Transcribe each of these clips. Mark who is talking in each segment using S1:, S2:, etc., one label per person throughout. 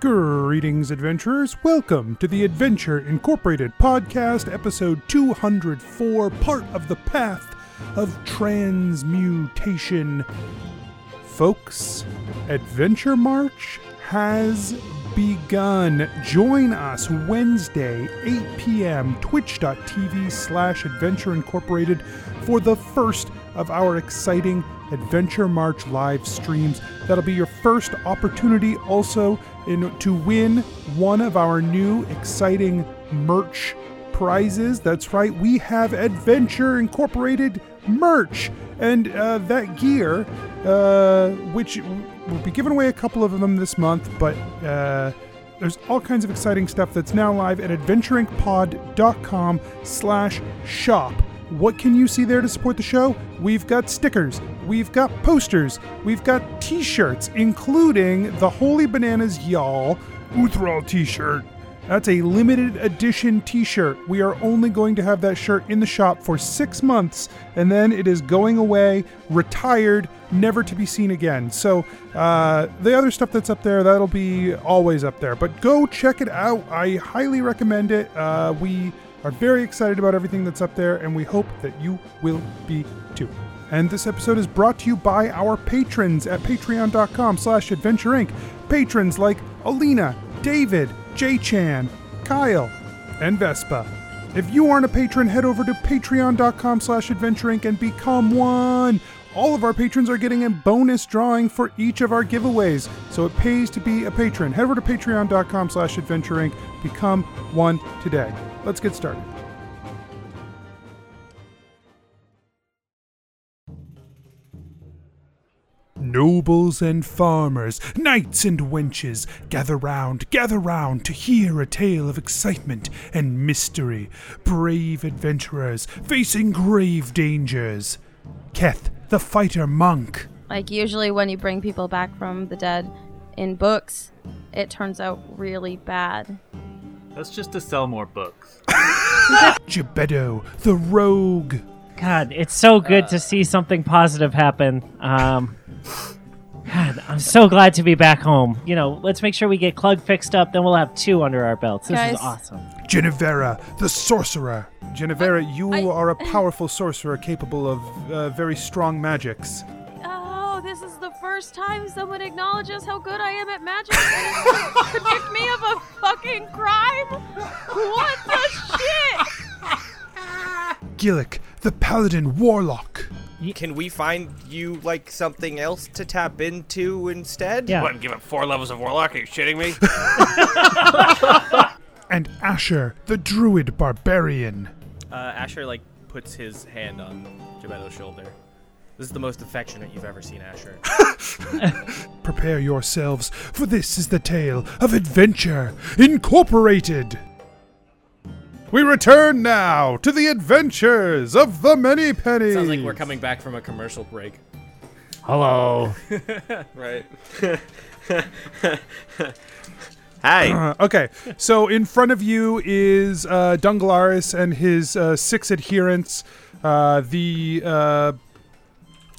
S1: Greetings, adventurers. Welcome to the Adventure Incorporated podcast, episode 204, part of the path of transmutation. Folks, Adventure March has begun. Join us Wednesday, 8 p.m., twitch.tv slash Adventure Incorporated for the first of our exciting Adventure March live streams. That'll be your first opportunity also in, to win one of our new exciting merch prizes. That's right, we have Adventure Incorporated merch, and uh, that gear, uh, which we'll be giving away a couple of them this month, but. Uh, there's all kinds of exciting stuff that's now live at adventureincpod.com slash shop what can you see there to support the show we've got stickers we've got posters we've got t-shirts including the holy bananas y'all uthral t-shirt that's a limited edition t shirt. We are only going to have that shirt in the shop for six months, and then it is going away, retired, never to be seen again. So, uh, the other stuff that's up there, that'll be always up there. But go check it out. I highly recommend it. Uh, we are very excited about everything that's up there, and we hope that you will be too. And this episode is brought to you by our patrons at patreon.com slash adventure inc. Patrons like Alina, David, Jay Chan, Kyle, and Vespa. If you aren't a patron, head over to patreon.com slash adventure inc and become one. All of our patrons are getting a bonus drawing for each of our giveaways, so it pays to be a patron. Head over to patreon.com slash adventure inc. Become one today. Let's get started. Nobles and farmers, knights and wenches, gather round, gather round to hear a tale of excitement and mystery. Brave adventurers facing grave dangers. Keth, the fighter monk.
S2: Like usually when you bring people back from the dead in books, it turns out really bad.
S3: That's just to sell more books.
S1: Gebedo, the rogue.
S4: God, it's so good to see something positive happen. Um, God, I'm so glad to be back home. You know, let's make sure we get Clug fixed up, then we'll have two under our belts. This
S2: Guys.
S4: is awesome.
S1: Genevera, the sorcerer. Genevera, you
S2: I-
S1: are a powerful sorcerer capable of uh, very strong magics.
S2: Oh, this is the first time someone acknowledges how good I am at magic and it's to convict me of a fucking crime? What the shit?
S1: Gillick, the paladin warlock.
S5: Can we find you like something else to tap into instead?
S4: Yeah.
S6: What, give up four levels of Warlock? Are you shitting me?
S1: And Asher, the druid barbarian.
S7: Uh, Asher like puts his hand on Gebetto's shoulder. This is the most affectionate you've ever seen Asher.
S1: Prepare yourselves, for this is the tale of Adventure Incorporated. We return now to the adventures of the Many Pennies.
S7: Sounds like we're coming back from a commercial break.
S4: Hello.
S5: Right. Hi.
S1: Uh, okay, so in front of you is uh, Dungalaris and his uh, six adherents. Uh, the uh,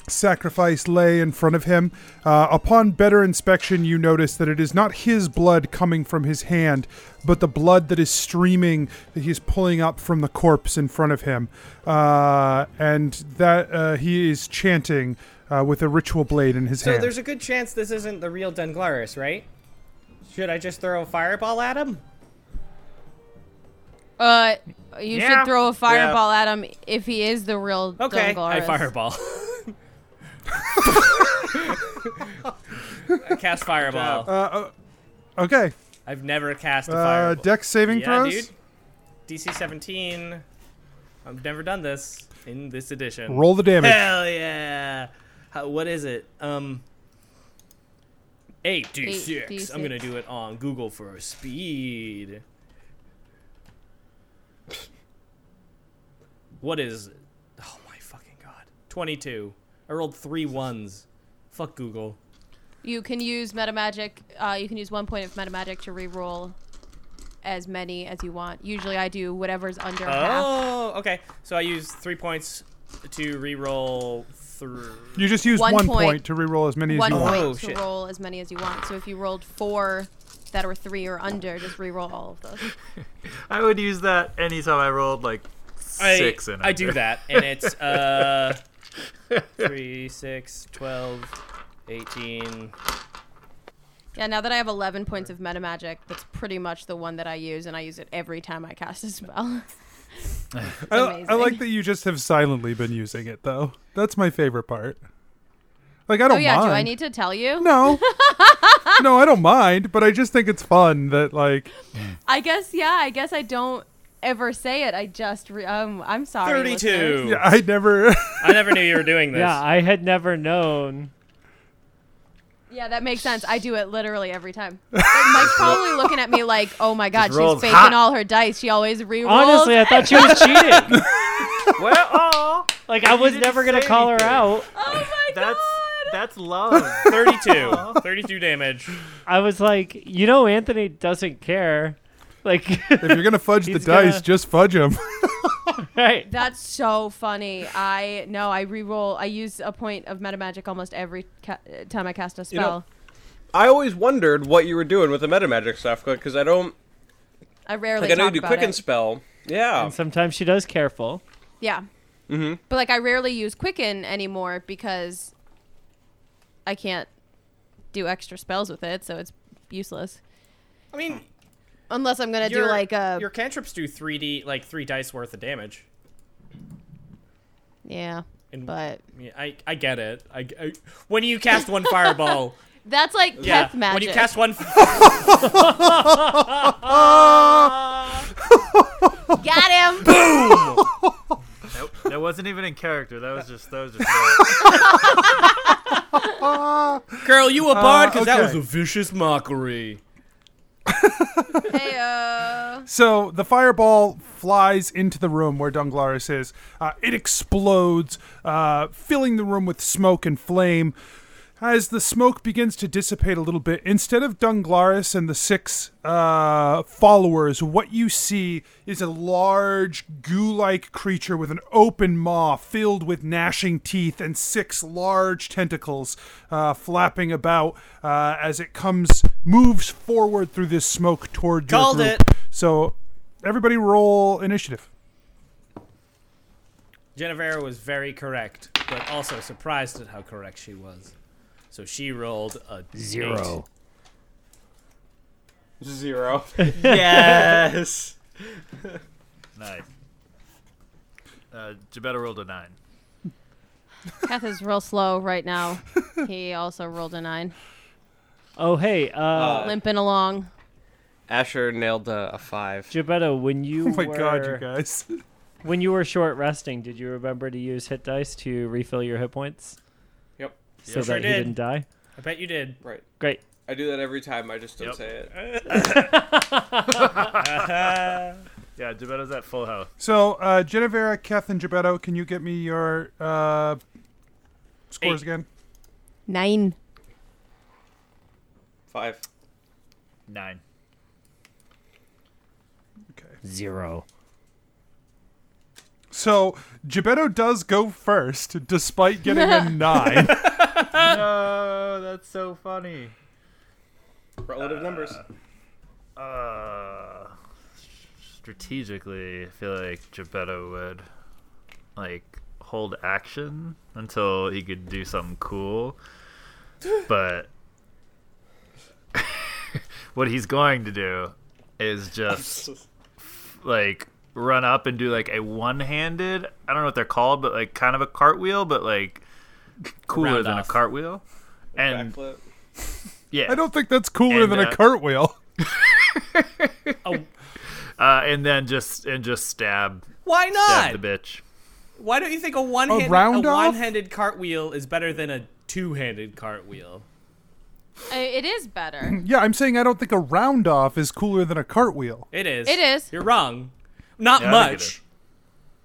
S1: sacrifice lay in front of him. Uh, upon better inspection, you notice that it is not his blood coming from his hand, but the blood that is streaming that he's pulling up from the corpse in front of him, uh, and that uh, he is chanting uh, with a ritual blade in his
S8: So
S1: hand.
S8: there's a good chance this isn't the real Dunglaris, right? Should I just throw a fireball at him?
S2: Uh, you
S6: Yeah.
S2: should throw a fireball at him if he is the real
S8: Okay,
S7: I
S2: Dunglaris.
S7: fireball. I cast fireball.
S8: Uh,
S1: okay,
S8: I've never cast a
S1: uh,
S8: fireball.
S1: deck saving
S8: yeah,
S1: throws.
S8: dude. DC 17. I've never done this in this edition.
S1: Roll the damage.
S8: Hell yeah! How, what is it? Um, eight D
S2: Eight
S8: six. I'm gonna
S2: D6.
S8: do it on Google for speed. What is? Oh my fucking god! Twenty two. I rolled three ones. Fuck Google.
S2: You can use metamagic. Uh, you can use one point of metamagic to reroll as many as you want. Usually, I do whatever's under half.
S8: Oh, okay. So I use three points to re-roll through.
S1: You just use one,
S2: One
S1: point.
S2: point.
S1: to re-roll as many as
S2: One
S1: you want.
S2: point
S8: Oh,
S2: to
S8: shit.
S2: roll as many as you want. So if you rolled four that were three or under, just re-roll all of those.
S3: I would use that anytime I rolled like six
S8: I,
S3: and
S8: I do
S3: under.
S8: that, and it's uh, 3, 6, 12, 18.
S2: Yeah, now that I have 11 points of meta magic, that's pretty much the one that I use, and I use it every time I cast a spell.
S1: I, I
S2: Amazing.
S1: like that you just have silently been using it though. That's my favorite part. Like I don't
S2: oh yeah,
S1: mind.
S2: do I need to tell you?
S1: No. no, I don't mind, but I just think it's fun that like
S2: I guess yeah. I guess I don't ever say it. I just re- um. I'm sorry.
S8: 32.
S2: listeners.
S1: yeah, I never
S8: I never knew you were doing this.
S4: Yeah, I had never known.
S2: Yeah, that makes sense. I do it literally every time. But Mike's probably looking at me like, "Oh my god, she's
S3: rolls
S2: faking
S3: hot.
S2: all her dice. She always re-rolls."
S4: Honestly, I thought she was cheating.
S3: Well, aw,
S4: Like I was
S3: didn't
S4: never gonna
S3: say
S4: call her
S3: anything.
S4: out.
S2: oh my
S3: that's
S2: god.
S3: that's love.
S8: 32. 32 damage.
S4: I was like, you know, Anthony doesn't care. Like,
S1: if you're gonna fudge the
S4: He's
S1: dice,
S4: gonna-
S1: just fudge them.
S4: right?
S2: That's so funny. I no, I re-roll. I use a point of meta magic almost every ca- time I cast a spell.
S6: know, I always wondered what you were doing with the meta magic stuff because I don't.
S2: I rarely
S6: Like, I know you
S2: talk
S6: do
S2: about
S6: quicken
S2: it.
S6: spell. Yeah.
S4: And sometimes she does careful.
S2: Yeah. Mm-hmm. But like, I rarely use Quicken anymore because I can't do extra spells with it, so it's useless.
S8: I mean,
S2: Unless I'm gonna do
S8: your-
S2: like a
S8: Your cantrips do 3D, like 3 dice worth of damage.
S2: yeah,
S8: And-
S2: but
S8: I mean, I, I get it. I, I- when you cast one fireball,
S2: that's like
S8: yeah.
S2: Keth magic.
S8: When you cast one, f-
S2: got him.
S3: Nope, that wasn't even in character. That was just that was just.
S8: girl, you a bard
S1: Uh,
S8: because that was
S1: okay.
S8: a vicious mockery.
S2: Heyo.
S1: So the fireball flies into the room where Dunglaris is. Uh, it explodes, uh, filling the room with smoke and flame. As the smoke begins to dissipate a little bit, instead of Dunglaris and the six uh, followers, what you see is a large goo like creature with an open maw filled with gnashing teeth and six large tentacles uh, flapping about uh, as it comes, moves forward through this smoke toward your
S8: Called
S1: group.
S8: it.
S1: So everybody roll initiative.
S8: Jennifer was very correct, but also surprised at how correct she was. So she rolled a zero.
S6: Zero.
S8: Yes.
S3: nice. Uh, Gebetta rolled a nine.
S2: Keth is real slow right now. He also rolled a nine,
S4: Oh hey, uh,
S2: limping along.
S6: Asher nailed a, a five.
S4: Gebetta, when you
S1: Oh my
S4: were
S1: god, you guys.
S4: when you were short resting, did you remember to use hit dice to refill your hit points
S6: Yep.
S4: so
S8: sure
S4: that
S8: did.
S4: he didn't die?
S8: I bet you did.
S6: Right.
S4: Great.
S6: I do that every time. I just don't
S3: Yep.
S6: say it.
S8: Uh.
S3: Yeah, Gebetta's at full health.
S1: So, uh, Genevera, Keth, and Gebetto, can you get me your uh, scores
S8: Eight.
S1: again?
S2: Nine.
S6: Five.
S3: Nine.
S1: Okay.
S4: Zero.
S1: So, Gebetto does go first, despite getting a nine.
S3: no, that's so funny.
S6: Relative numbers.
S3: Uh, strategically, I feel like Geppetto would like hold action until he could do something cool, but what he's going to do is just like run up and do like a one-handed. I don't know what they're called, but like kind of a cartwheel, but like cooler
S8: Round
S3: than
S8: off.
S3: a cartwheel. And
S6: Backflip.
S3: yeah,
S1: I don't think that's cooler
S3: And,
S1: than
S3: uh,
S1: a cartwheel.
S3: uh, and then just and just stab
S8: Why
S3: stab the
S8: not?
S3: bitch.
S8: Why don't you think a one-handed,
S1: round
S8: a
S1: off?
S8: one-handed cartwheel is better than a two-handed cartwheel?
S2: Uh, It is better.
S1: Yeah, I'm saying I don't think a round off is cooler than a cartwheel.
S8: It is.
S2: It is.
S8: You're wrong. Not
S3: Yeah, I think it is.
S8: much.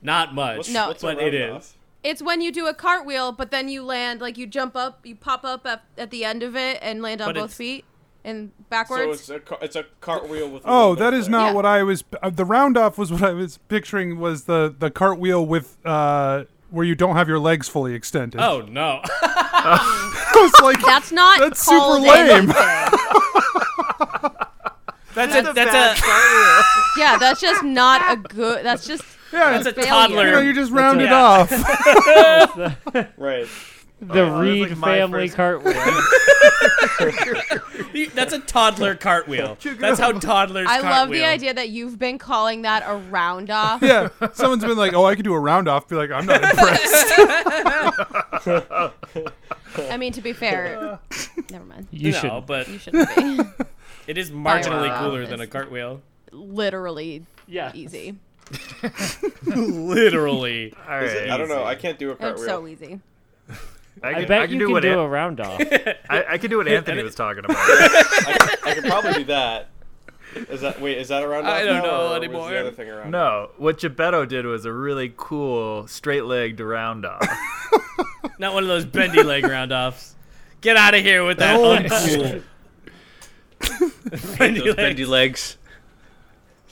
S8: Not much.
S2: No.
S6: What's a
S8: but it is.
S6: round off?
S2: It's when you do a cartwheel, but then you land like you jump up, you pop up at, at the end of it, and land on
S8: But
S2: both
S8: it's-
S2: feet and
S6: So
S2: backwards.
S6: it's a, car- it's a cartwheel with. a
S1: Oh,
S6: little
S1: that
S6: bit
S1: is
S6: of-
S1: not
S2: Yeah.
S1: what I was. Uh, the round off was what I was picturing was the, the cartwheel with uh, where you don't have your legs fully extended.
S8: Oh no!
S1: it's like
S2: That's not
S1: that's super
S2: called
S1: lame.
S2: anything.
S8: That's a that's a
S2: yeah, that's just not a good. That's just
S1: yeah,
S8: that's a
S2: failure.
S1: you, know,
S8: toddler.
S1: you just round it
S8: yeah.
S1: off.
S6: Right.
S8: Oh,
S4: The
S3: that's
S4: Reed
S3: like my
S4: family
S3: first-
S4: cartwheel.
S8: That's a toddler cartwheel. That's how toddlers.
S2: I love the
S8: cartwheel.
S2: idea that you've been calling that a round off.
S1: yeah, someone's been like, "Oh, I could do a round off." Be like, "I'm not impressed."
S2: I mean, to be fair, never mind.
S4: You
S8: no,
S4: should.
S8: but
S2: You shouldn't be.
S8: it is marginally
S2: Wow.
S8: cooler than a
S2: It's-
S8: cartwheel.
S2: Literally
S4: Yeah.
S2: easy.
S8: Literally.
S3: All right.
S6: I don't know. I can't do a cartwheel.
S2: It's so easy.
S3: I can,
S4: I bet
S3: I can
S4: you
S3: do
S4: can
S3: what
S4: do
S3: An-
S4: a round off.
S3: I, I can do what Anthony was talking about.
S6: I could probably do that. Is that wait? Is that around?
S8: I don't know
S6: Was
S8: anymore.
S6: the other thing around?
S3: no, what Geppetto did was a really cool straight leg to round off.
S8: Not one of those bendy leg round offs. Get out of here with that uncool. bendy
S6: Those
S8: leg.
S6: bendy legs.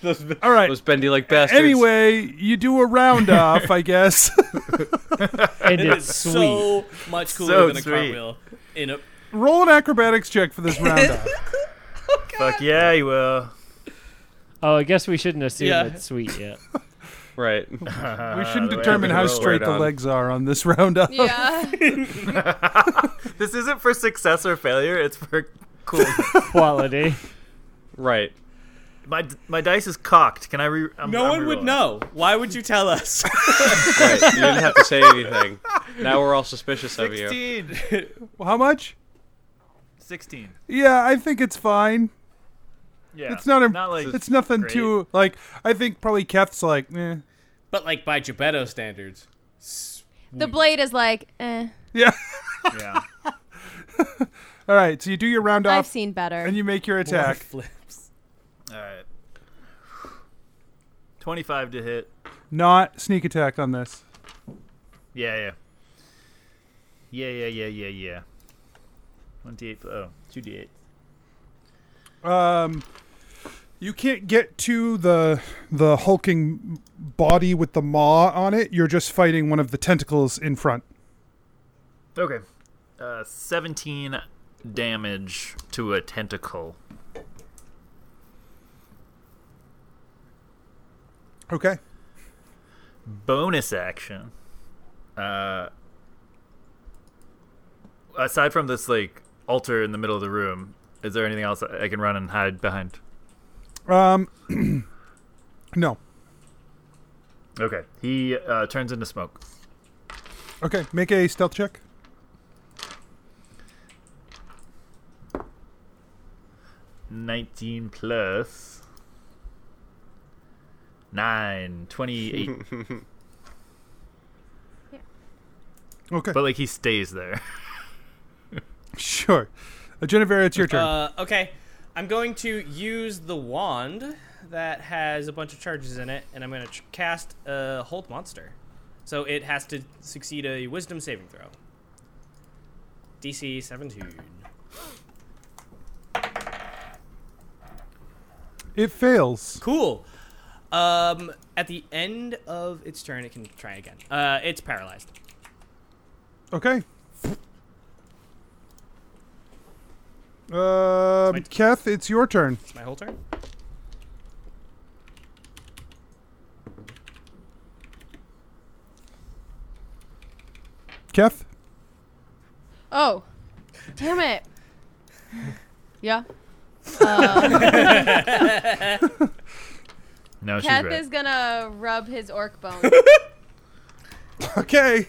S6: Those,
S1: All right.
S6: those bendy leg bastards.
S1: anyway, you do a round off, I guess.
S4: And
S8: It
S4: it's
S8: is
S4: sweet.
S8: so much cooler
S3: So
S8: than a
S3: sweet.
S8: cartwheel. In a
S1: Roll an acrobatics check for this round off.
S3: Fuck yeah, you will.
S4: Oh, I guess we shouldn't assume
S8: Yeah.
S4: it's sweet yet.
S6: Right.
S1: We shouldn't
S3: Uh,
S1: determine
S6: we
S1: how
S6: roll
S1: straight
S6: right
S1: the
S6: on.
S1: legs are on this round up.
S2: Yeah.
S3: This isn't for success or failure. It's for cool.
S4: Quality.
S6: Right.
S3: my my dice is cocked. Can I re? I'm,
S8: no
S3: I'm
S8: one would
S3: re-rolling.
S8: know. Why would you tell us?
S6: Right. You didn't have to say anything. Now we're all suspicious of you.
S3: 16.
S1: Well, How much?
S3: 16.
S1: Yeah, I think it's fine.
S3: Yeah.
S1: It's not. A,
S3: not like
S1: it's nothing
S3: great.
S1: too like. I think probably Keth's like, eh.
S8: but like by Geppetto standards.
S2: the blade is like, eh,
S1: yeah.
S3: yeah.
S1: All right, so you do your round
S2: I've
S1: off
S2: seen better.
S1: and you make your attack.
S8: Flips.
S3: All right. 25 to hit.
S1: Not sneak attack on this.
S3: Yeah, yeah. Yeah, yeah, yeah, yeah, yeah. 1d8. pl- Oh, 2d8.
S1: Um, you can't get to the the hulking body with the maw on it. You're just fighting one of the tentacles in front.
S3: Okay. Uh, 17 damage to a tentacle.
S1: Okay.
S3: bonus action uh aside from this like altar in the middle of the room is there anything else i can run and hide behind
S1: Um, no.
S3: okay he uh, turns into smoke
S1: Okay, make a stealth check.
S3: Nineteen plus nine, twenty-eight.
S1: Okay.
S3: but like he stays there
S1: Sure. Uh, Jennifer, it's your turn.
S8: Uh, okay, I'm going to use the wand that has a bunch of charges in it, and I'm going to tr- cast a hold monster. So it has to succeed a Wisdom saving throw. DC 17.
S1: it fails.
S8: Cool. Um, at the end of its turn, it can try again. Uh, it's paralyzed.
S1: Okay. Um,
S8: Wait.
S1: Keth, it's your turn.
S8: It's my whole turn.
S1: Keth,
S2: oh, damn it. Yeah.
S3: no she's
S2: Keth
S3: right
S2: is gonna rub his orc bone.
S1: okay.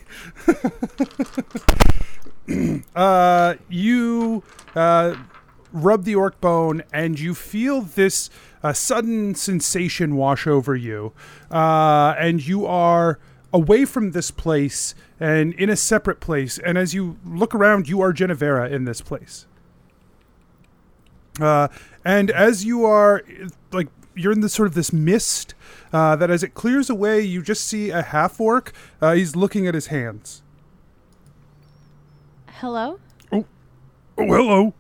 S1: uh, you uh, rub the orc bone, and you feel this uh, sudden sensation wash over you, uh, and you are away from this place and in a separate place. And as you look around, you are Genevera in this place. Uh, and as you are like you're in this sort of this mist uh, that as it clears away you just see a half orc uh, he's looking at his hands
S2: Hello?
S1: oh hello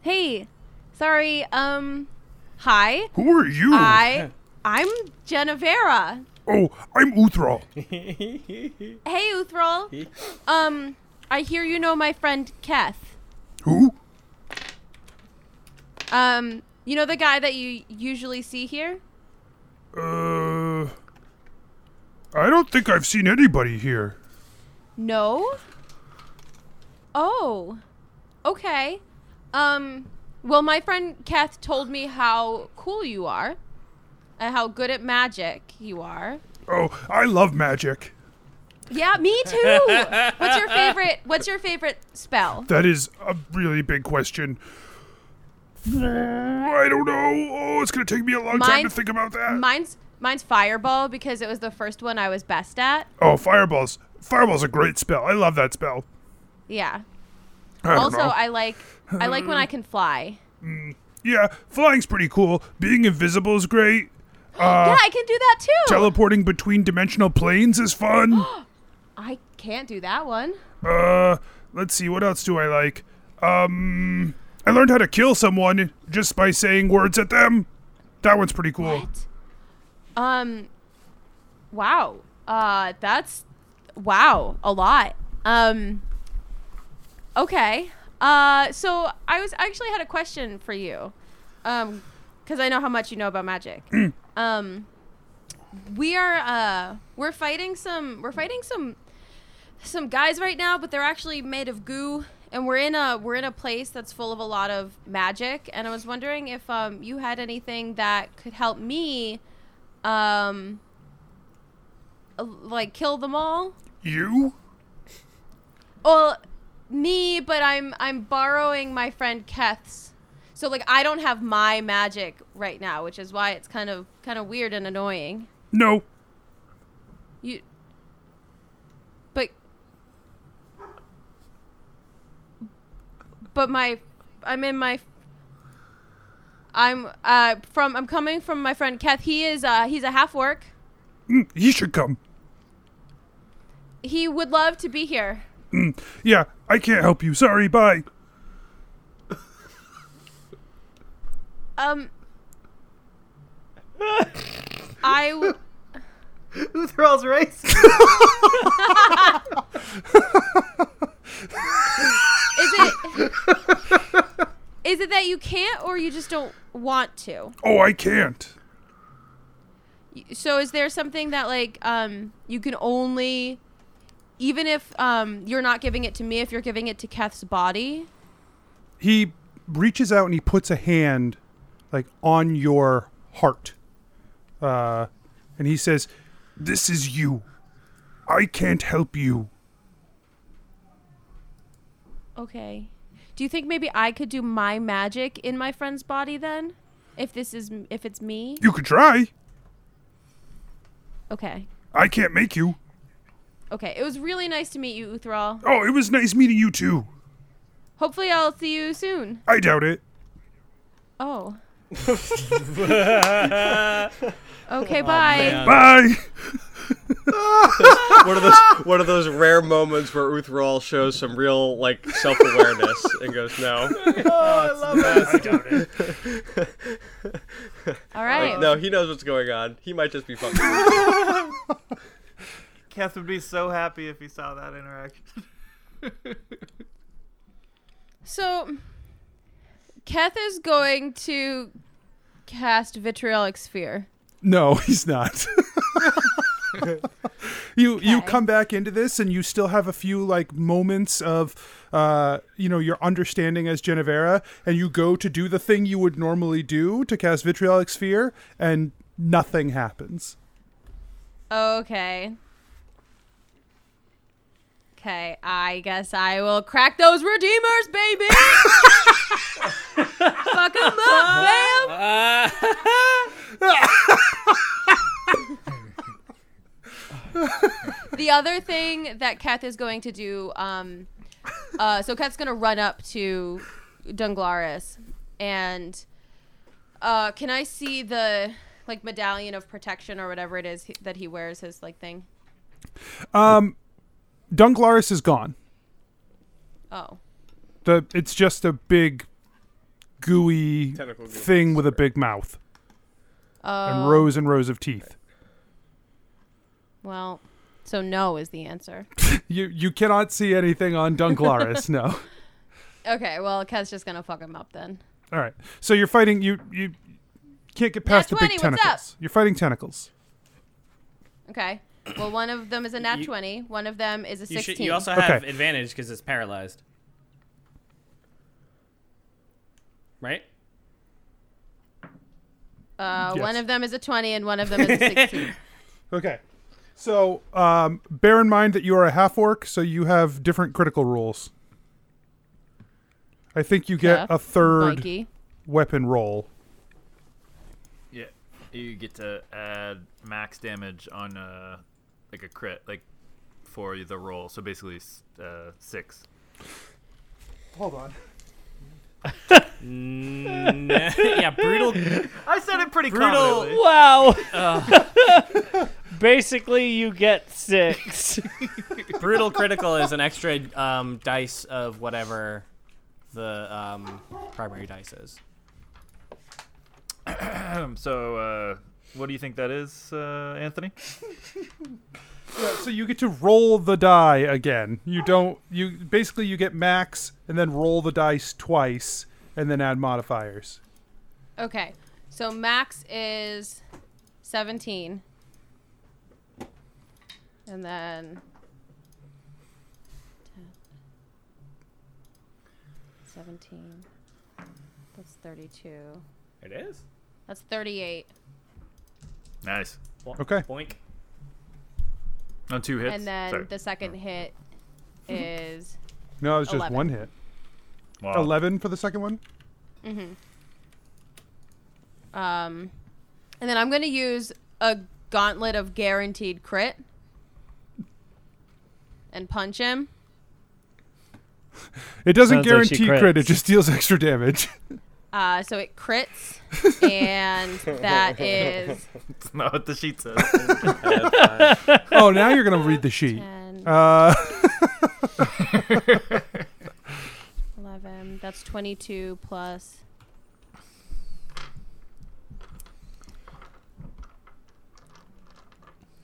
S2: Hey, sorry, um, hi.
S1: who are you
S2: I, I'm Genevera.
S1: Oh, I'm Uthral.
S2: Hey, Uthral. um, I hear you know my friend Keth.
S1: Who?
S2: Um, you know the guy that you usually see here?
S1: Uh, I don't think I've seen anybody here.
S2: No. Oh. Okay. Um, well, my friend Keth told me how cool you are and how good at magic you are.
S1: Oh, I love magic.
S2: Yeah, me too. what's your favorite? What's your favorite spell?
S1: That is a really big question. I don't know. Oh, it's gonna take me a long time to
S2: Mine-
S1: think about that.
S2: Mine's mine's fireball because it was the first one I was best at.
S1: oh, fireballs! Fireball's a great spell. I love that spell.
S2: Yeah.
S1: I don't
S2: also,
S1: know.
S2: I like I like when I can fly.
S1: yeah, flying's pretty cool. Being invisible is great. Uh,
S2: yeah, I can do that too.
S1: Teleporting between dimensional planes is fun.
S2: I can't do that one.
S1: Uh, let's see. What else do I like? Um, I learned how to kill someone just by saying words at them. That one's pretty cool.
S2: What? Um. Wow. Uh, that's wow a lot. Um. Okay. Uh, so I was I actually had a question for you, um, because I know how much you know about magic. um, we are uh we're fighting some we're fighting some some guys right now, but they're actually made of goo. And we're in a we're in a place that's full of a lot of magic. And I was wondering if um, you had anything that could help me, um, uh, like kill them all.
S1: You?
S2: Well, me, but I'm I'm borrowing my friend Keth's. So like I don't have my magic right now, which is why it's kind of kind of weird and annoying.
S1: No.
S2: You. But. But my, I'm in my. I'm uh from I'm coming from my friend Keth. He is uh he's a half work.
S1: Mm, He should come.
S2: He would love to be here.
S1: Mm. Yeah, I can't help you. Sorry. Bye.
S2: Um. I w-
S3: Uthral's race.
S2: is it. Is it that you can't or you just don't want to?
S1: Oh, I can't.
S2: so is there something that like um you can only even if um you're not giving it to me if you're giving it to Keth's body
S1: He reaches out and he puts a hand, like on your heart, uh, and he says, "This is you. I can't help you."
S2: okay do you think maybe I could do my magic in my friend's body then if this is if it's me
S1: You could try.
S2: okay
S1: I can't make you.
S2: okay it was really nice to meet you Uthral
S1: Oh, it was nice meeting you too.
S2: hopefully I'll see you soon
S1: I doubt it.
S2: oh okay bye
S1: Bye.
S6: One of those one of those rare moments where Uthral shows some real like self awareness and goes, No.
S2: all right
S6: No, he knows what's going on. He might just be fucking with you.
S3: Kath would be so happy if he saw that interaction.
S2: So, Keth is going to cast Vitriolic Sphere.
S1: No, he's not. you you
S2: Okay.
S1: come back into this and you still have a few like moments of uh you know your understanding as Genevera and you go to do the thing you would normally do to cast vitriolic sphere and nothing happens.
S2: Okay. Okay, I guess I will crack those redeemers, baby! Fuck 'em up, fam! The other thing that Keth is going to do, um, uh, so Keth's going to run up to Dunglaris and uh, can I see the like medallion of protection or whatever it is he- that he wears his like thing?
S1: Um, Dunglaris is gone.
S2: Oh.
S1: The it's just a big gooey
S6: Tentacle goo.
S1: thing with a big mouth
S2: Oh.
S1: and rows and rows of teeth.
S2: Well, so no is the answer.
S1: You you cannot see anything on Dunklaris. no.
S2: Okay, well, Kev's just gonna fuck him up then.
S1: All right. So you're fighting. You you can't get past the
S2: 20,
S1: big
S2: what's
S1: tentacles.
S2: up?
S1: You're fighting tentacles.
S2: Okay. Well, one of them is a nat
S8: You-
S2: 20. One of them is a
S8: You,
S2: 16.
S8: should, you also have
S1: Okay.
S8: advantage because it's paralyzed. Right?
S2: uh,
S1: Yes.
S2: One of them is a 20 and one of them is a 16.
S1: Okay. So um, bear in mind that you are a half orc, so you have different critical rules. I think you get
S2: Yeah.
S1: a third
S2: Mikey.
S1: weapon roll.
S3: Yeah, you get to add max damage on uh like a crit, like for the roll. So basically, s- uh, six.
S1: Hold on.
S8: Nah, yeah, brutal.
S3: I said it pretty
S8: Brutal-
S3: confidently.
S4: Wow. Basically, you get six.
S8: brutal critical is an extra um, dice of whatever the um, primary dice is.
S3: Um, so, uh, what do you think that is, uh, Anthony?
S1: So you get to roll the die again. You don't. You basically you get max and then roll the dice twice and then add modifiers.
S2: Okay. So max is 17. And then. 17. That's 32.
S8: It is.
S2: That's 38.
S3: Nice.
S1: Okay.
S8: Boink.
S3: On two hits.
S2: and then
S3: Sorry.
S2: the second hit is
S1: Oh. No, it's just
S2: 11.
S1: one hit.
S3: Wow.
S1: Eleven for the second one.
S2: Mm-hmm. um and then I'm going to use a gauntlet of guaranteed crit and punch him.
S1: It doesn't
S4: Sounds like she
S1: guarantee crit.
S4: crits.
S1: It just deals extra damage.
S2: Uh, so it crits, and that is
S3: That's not what the sheet says.
S1: oh, now you're gonna read the sheet.
S2: 10,
S1: Uh,
S2: 11. That's 22 plus.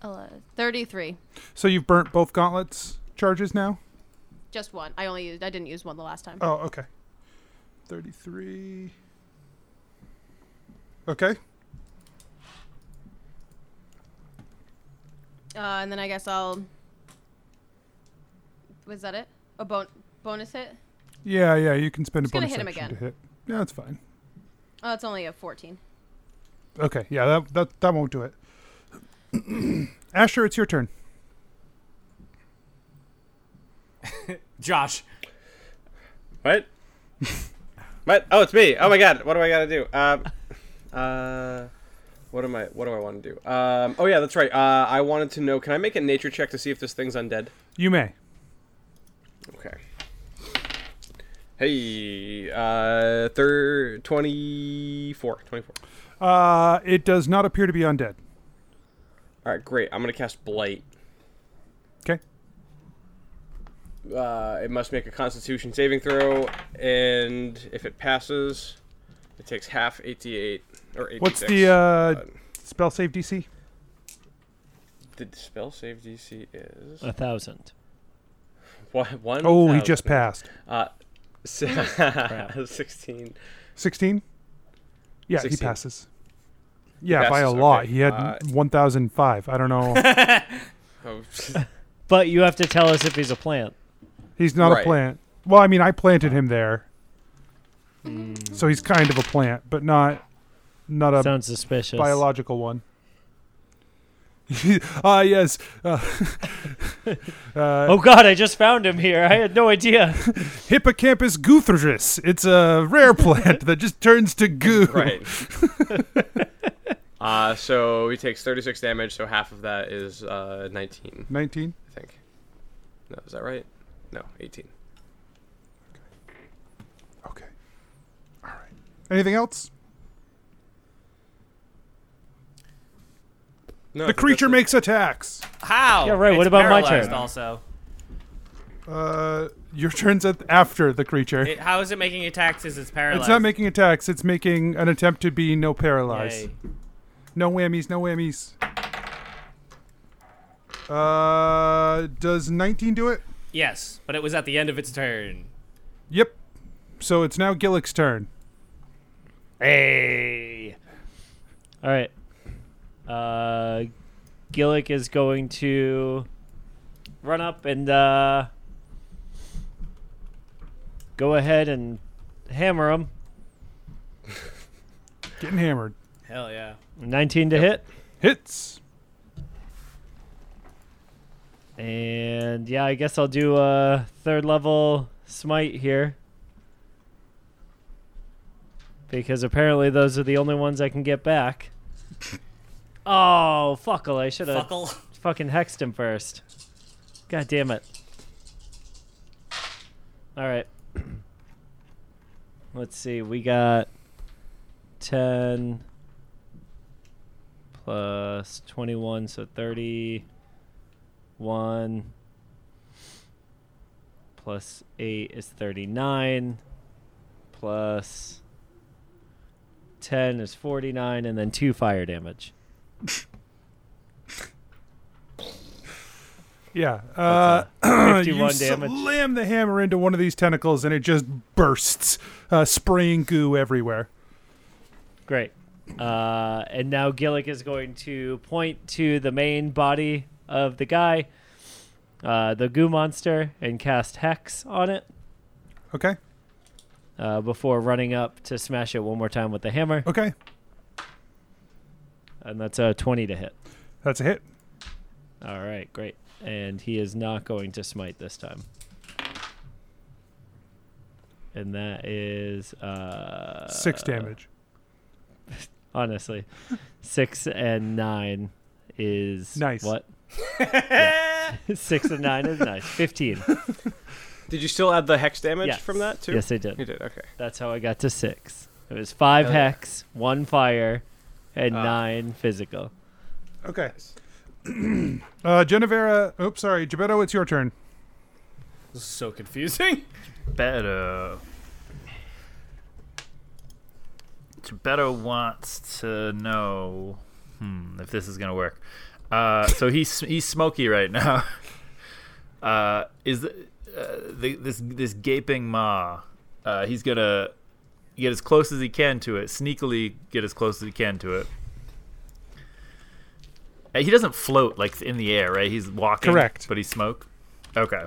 S2: ele- 33.
S1: so you've burnt both gauntlets charges now.
S2: Just one. I only used. I didn't use one the last time.
S1: Oh, okay. Thirty-three. Okay.
S2: Uh, and then I guess I'll. Was that it? A bon- bonus hit?
S1: Yeah, yeah. You can spend
S2: Just
S1: a
S2: gonna
S1: bonus
S2: hit him
S1: action
S2: again.
S1: to hit. Yeah, that's fine.
S2: Oh, it's only a 14.
S1: Okay, yeah, that that that won't do it. Asher, it's your turn.
S8: Josh.
S6: What? what? Oh, it's me. Oh my god. What do I gotta do? Um, uh, what am I? What do I want to do? Um, oh yeah, that's right. Uh, I wanted to know. Can I make a nature check to see if this thing's undead?
S1: You may.
S6: Okay. Hey, uh, thir- 24. 24.
S1: Uh, it does not appear to be undead.
S6: All right, great. I'm gonna cast blight.
S1: Okay.
S6: Uh, it must make a Constitution saving throw, and if it passes, it takes half 88 or 86.
S1: What's the uh, spell save DC?
S6: The spell save DC is
S4: A thousand.
S6: one. one
S1: Oh, he just
S6: thousand.
S1: passed.
S6: Uh, si- sixteen.
S1: Sixteen. Yeah, he
S6: 16.
S1: passes. Yeah, by a
S6: passes,
S1: lot.
S6: okay.
S1: He had
S6: Uh,
S1: one thousand five. I don't know.
S6: Oh,
S4: But you have to tell us if he's a plant.
S1: He's not a
S6: Right.
S1: plant. Well, I mean, I planted him there, so he's kind of a plant, but not not a
S4: Mm. Sounds suspicious.
S1: biological one. Ah, yes. Uh,
S4: Oh God, I just found him here. I had no idea.
S1: Hippocampus guthridris. It's a rare plant that just turns to goo.
S6: right. uh, so he takes thirty-six damage. So half of that is uh, nineteen,
S1: 19.
S6: I think. No, is that right? No, eighteen.
S1: Okay. All right. Anything else?
S6: No, I
S1: The
S6: think that's
S1: creature
S6: it.
S1: makes attacks.
S8: How?
S4: Yeah, right, what
S8: It's
S4: about my
S8: paralyzed
S4: turn?
S8: Also,
S1: Uh, your turn's at after the creature.
S8: it, how is it making attacks? Is it's paralyzed?
S1: it's not making attacks. It's making an attempt to be no paralyzed.
S8: Yay.
S1: No whammies. No whammies. Uh, does 19 do it?
S8: Yes, but it was at the end of its turn.
S1: Yep. So it's now Gillick's turn.
S4: Hey. All right. Uh, Gillick is going to run up and uh, go ahead and hammer him.
S1: Getting hammered.
S8: Hell yeah.
S4: 19 to hit.
S1: Hits.
S4: And yeah, I guess I'll do a third level smite here. Because apparently those are the only ones I can get back. oh, fuckle. I should have
S8: Fuckle.
S4: fucking hexed him first. God damn it. All right. Let's see. We got 10 plus 21, so 31 plus 8 is 39 plus 10 is 49 and then 2 fire damage.
S1: Yeah. Uh, you
S4: 51 damage.
S1: slam the hammer into one of these tentacles and it just bursts, uh, spraying goo everywhere.
S4: Great. Uh, and now Gillick is going to point to the main body of the guy, uh, the goo monster, and cast Hex on it
S1: Okay.
S4: uh, before running up to smash it one more time with the hammer.
S1: Okay.
S4: And that's a 20 to hit.
S1: That's a hit.
S4: All right, great. And he is not going to smite this time. And that is. Uh,
S1: Six damage.
S4: Honestly. Six and nine is.
S1: Nice.
S4: What? Yeah. Six and nine is nice. 15.
S6: Did you still add the hex damage
S4: Yes.
S6: from that too?
S4: Yes, I
S6: You
S4: did.
S6: did. Okay.
S4: That's how I got to six. It was five
S6: Hell yeah.
S4: hex, one fire, and
S6: Ah.
S4: nine physical.
S1: Okay. uh, Genevera. Oops, sorry. Gebetto, it's your turn.
S8: This is so confusing.
S3: Beto. Geppetto wants to know hmm, if this is gonna work. Uh, so he's he's smoky right now. Uh, is the, uh, the, this this gaping maw? Uh, he's gonna get as close as he can to it. Sneakily get as close as he can to it. Uh, He doesn't float like in the air, right? He's walking.
S1: Correct.
S3: But he's smoke. Okay.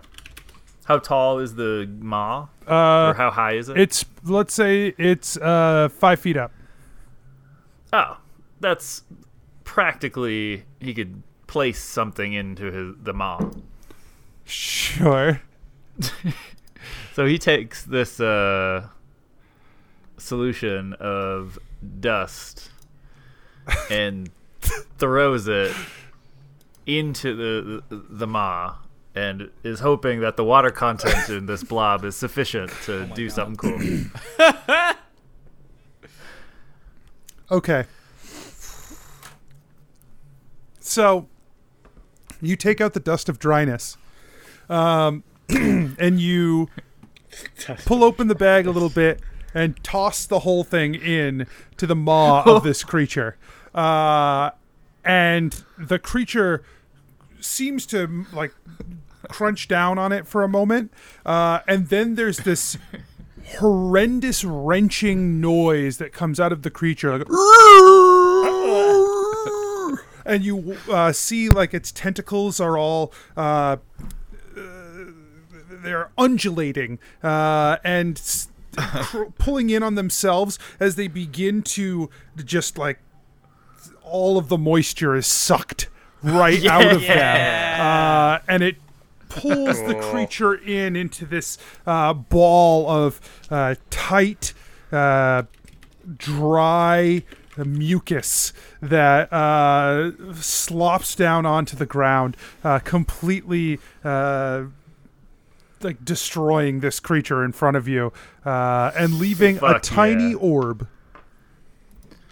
S3: How tall is the maw?
S1: Uh,
S3: or how high is it?
S1: it's, let's say it's uh, five feet up.
S3: oh, that's practically he could place something into his the maw.
S1: Sure.
S3: So he takes this uh, solution of dust and throws it into the the, the maw. And is hoping that the water content in this blob is sufficient to
S4: Oh
S3: do something cool.
S1: Okay. So you take out the dust of dryness, um, and you pull open the bag a little bit and toss the whole thing in to the maw of this creature. Uh, and the creature seems to like crunch down on it for a moment, uh, and then there's this horrendous wrenching noise that comes out of the creature like and you uh, see like its tentacles are all uh, uh, they're undulating uh, and s- cr- pulling in on themselves as they begin to just like all of the moisture is sucked right out of them uh, and it pulls the creature in into this uh, ball of uh, tight uh, dry mucus that uh, slops down onto the ground, uh, completely uh, like destroying this creature in front of you uh, and leaving a
S3: Fuck
S1: tiny
S3: yeah.
S1: orb.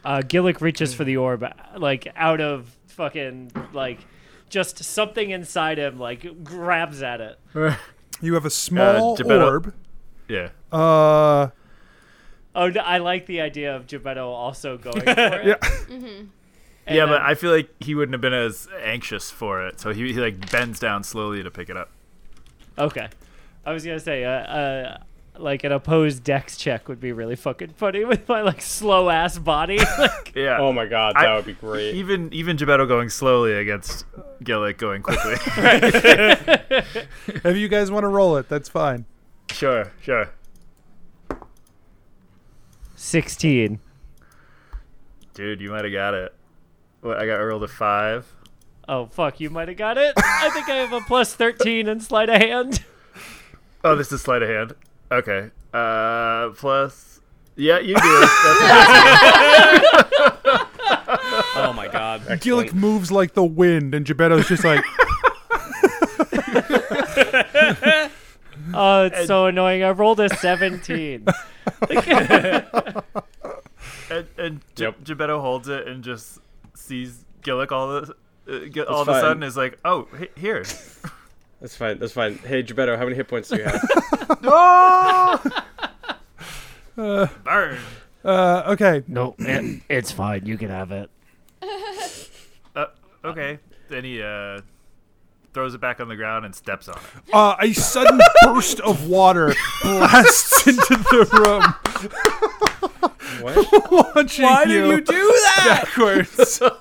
S4: Uh, Gillick reaches for the orb, like out of fucking like just something inside him, like grabs at it.
S1: You have a small
S3: Gebetto-
S1: orb.
S3: Uh, Yeah.
S1: Uh,
S4: Oh, no, I like the idea of Gebetto also going for it.
S1: yeah.
S4: And
S3: yeah, but
S4: then-
S3: I feel like he wouldn't have been as anxious for it, so he, he like bends down slowly to pick it up.
S4: Okay. I was gonna say, uh, uh, like an opposed dex check would be really fucking funny with my like slow ass body. like,
S3: Yeah.
S6: Oh my god, that
S3: I- e-,
S6: would be great.
S3: Even even Gebetto going slowly against Gillick going quickly.
S1: If you guys want to roll it, that's fine.
S3: sure, sure.
S4: Sixteen.
S3: Dude, you might have got it. What I got rolled a five.
S4: Oh fuck, you might have got it. I think I have a plus thirteen in sleight of hand.
S3: Oh, this is sleight of hand. Okay. Uh, plus. Yeah, you do. That's-
S7: Oh my
S1: Uh,
S7: god.
S1: Gillick moves like the wind, and Gebetto's just like,
S4: Oh, it's so annoying. I rolled a seventeen.
S3: and and Ge-
S6: Yep.
S3: Gebetto holds it and just sees Gillick all the. Uh, Gi- all of
S6: fine.
S3: a sudden is like, oh, he- here.
S6: That's fine. That's fine. Hey, Gebetto, how many hit points do you have?
S3: Burn.
S1: uh, okay.
S4: no, it, it's fine. You can have it.
S3: Uh, okay. Then he uh, throws it back on the ground and steps on it.
S1: Uh, a sudden burst of water blasts into the room.
S6: what?
S1: Launching Why you did you do that? Backwards.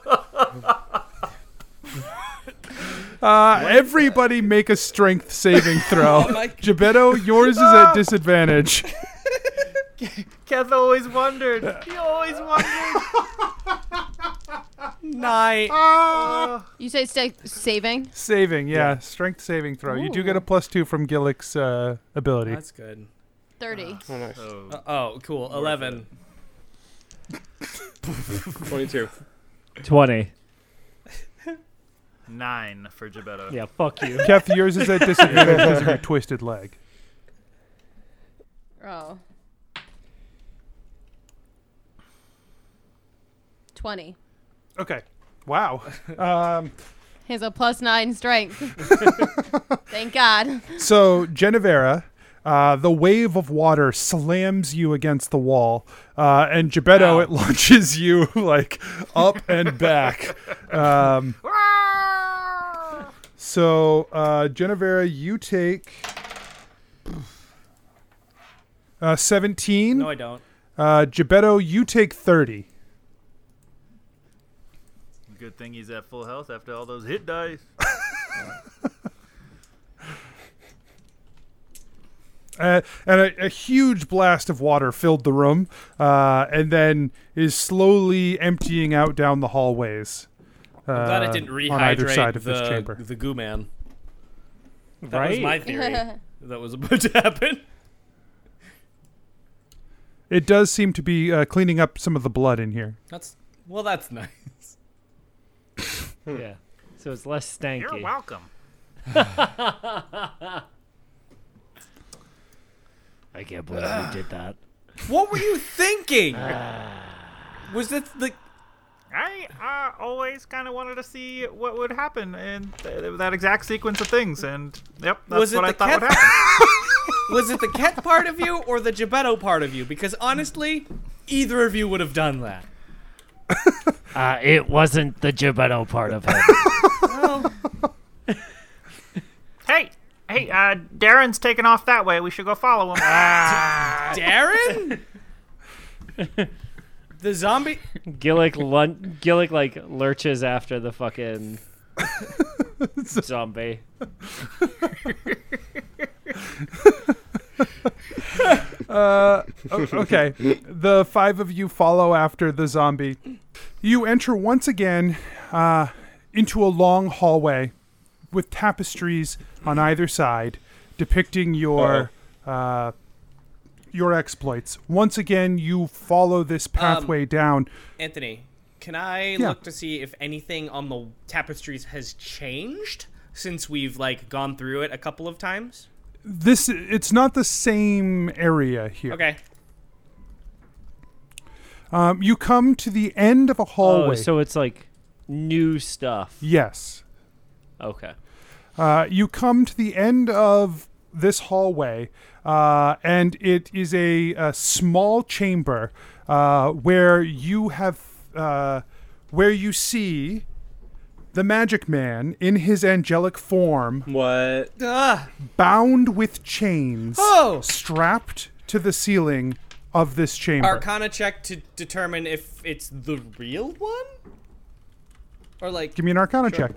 S1: Uh, everybody make a strength saving throw. Gebetto, yours is at disadvantage.
S3: Kath always wondered. He always wondered.
S7: Night.
S2: You say stay saving?
S1: Saving, yeah, strength saving throw. You do get a plus two from Gillick's uh, ability.
S7: That's good.
S2: 30.
S6: Oh, nice.
S3: Oh,
S7: Uh, oh, cool. 11.
S6: 22.
S4: Twenty.
S3: nine for Gebetto.
S4: Yeah, fuck you.
S1: Kath, yours is at disadvantage because of your twisted leg.
S2: Oh. 20.
S1: Okay. Wow. Um,
S2: He has a plus 9 strength. Thank God.
S1: So, Genevera, uh, the wave of water slams you against the wall, uh, and Gebetto, it launches you like up and back. Um, so, uh, Genevera, you take uh, 17.
S7: No, I don't.
S1: Uh, Gebetto, you take 30.
S3: Good thing he's at full health after all those hit dice.
S1: Uh, and a, a huge blast of water filled the room, uh, and then is slowly emptying out down the hallways. Uh,
S7: I'm glad I didn't rehydrate
S1: on either side of
S7: the,
S1: this chamber.
S7: the goo man. That was
S4: Right?
S7: my theory. that was about to happen.
S1: It does seem to be uh, cleaning up some of the blood in here.
S7: That's well. That's nice.
S4: yeah. So it's less stanky.
S3: You're welcome.
S4: I can't believe you did that.
S7: What were you thinking? was this the?
S3: I uh, always kind of wanted to see what would happen in th- that exact sequence of things, and yep, that's
S7: Was it
S3: what I
S7: the
S3: thought would
S7: cat-
S3: happen.
S7: Was it the cat part of you or the Gebetto part of you? Because honestly, either of you would have done that.
S4: Uh, it wasn't the Gibetto part of him.
S3: hey, hey, uh, Darren's taking off that way. We should go follow him.
S7: Darren. the zombie.
S4: Gillick, lun- Gillick like lurches after the fucking zombie.
S1: Uh, o- okay. the five of you follow after the zombie. You enter once again uh, into a long hallway with tapestries on either side depicting your uh, your exploits. Once again, you follow this pathway down.
S7: Anthony, can I
S1: Yeah.
S7: look to see if anything on the tapestries has changed since we've like gone through it a couple of times?
S1: This it's not the same area here.
S7: Okay.
S1: Um, you come to the end of a hallway.
S4: Oh, so it's like new stuff.
S1: yes.
S4: Okay.
S1: Uh, you come to the end of this hallway, uh, and it is a, a small chamber uh, where you have uh, where you see the magic man in his angelic form,
S6: What?
S8: Ah,
S1: bound with chains,
S8: Oh!
S1: strapped to the ceiling of this chamber.
S8: Arcana check to determine if it's the real one, or like
S1: Give me an Arcana check.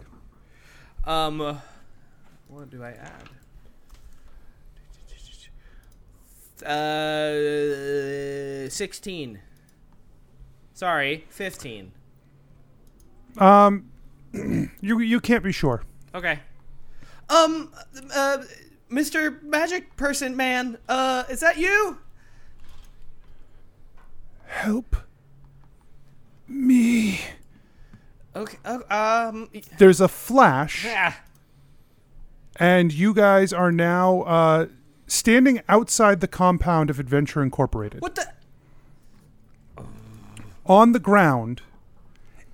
S8: um, uh, what do I add? Uh, sixteen. Sorry, fifteen.
S1: Um, you you can't be sure.
S8: Okay. Um, uh, Mr. Magic Person Man, uh, is that you?
S1: Help me.
S8: Okay. Uh, um.
S1: There's a flash.
S8: Yeah.
S1: and you guys are now uh, standing outside the compound of Adventure Incorporated.
S8: What the?
S1: On the ground,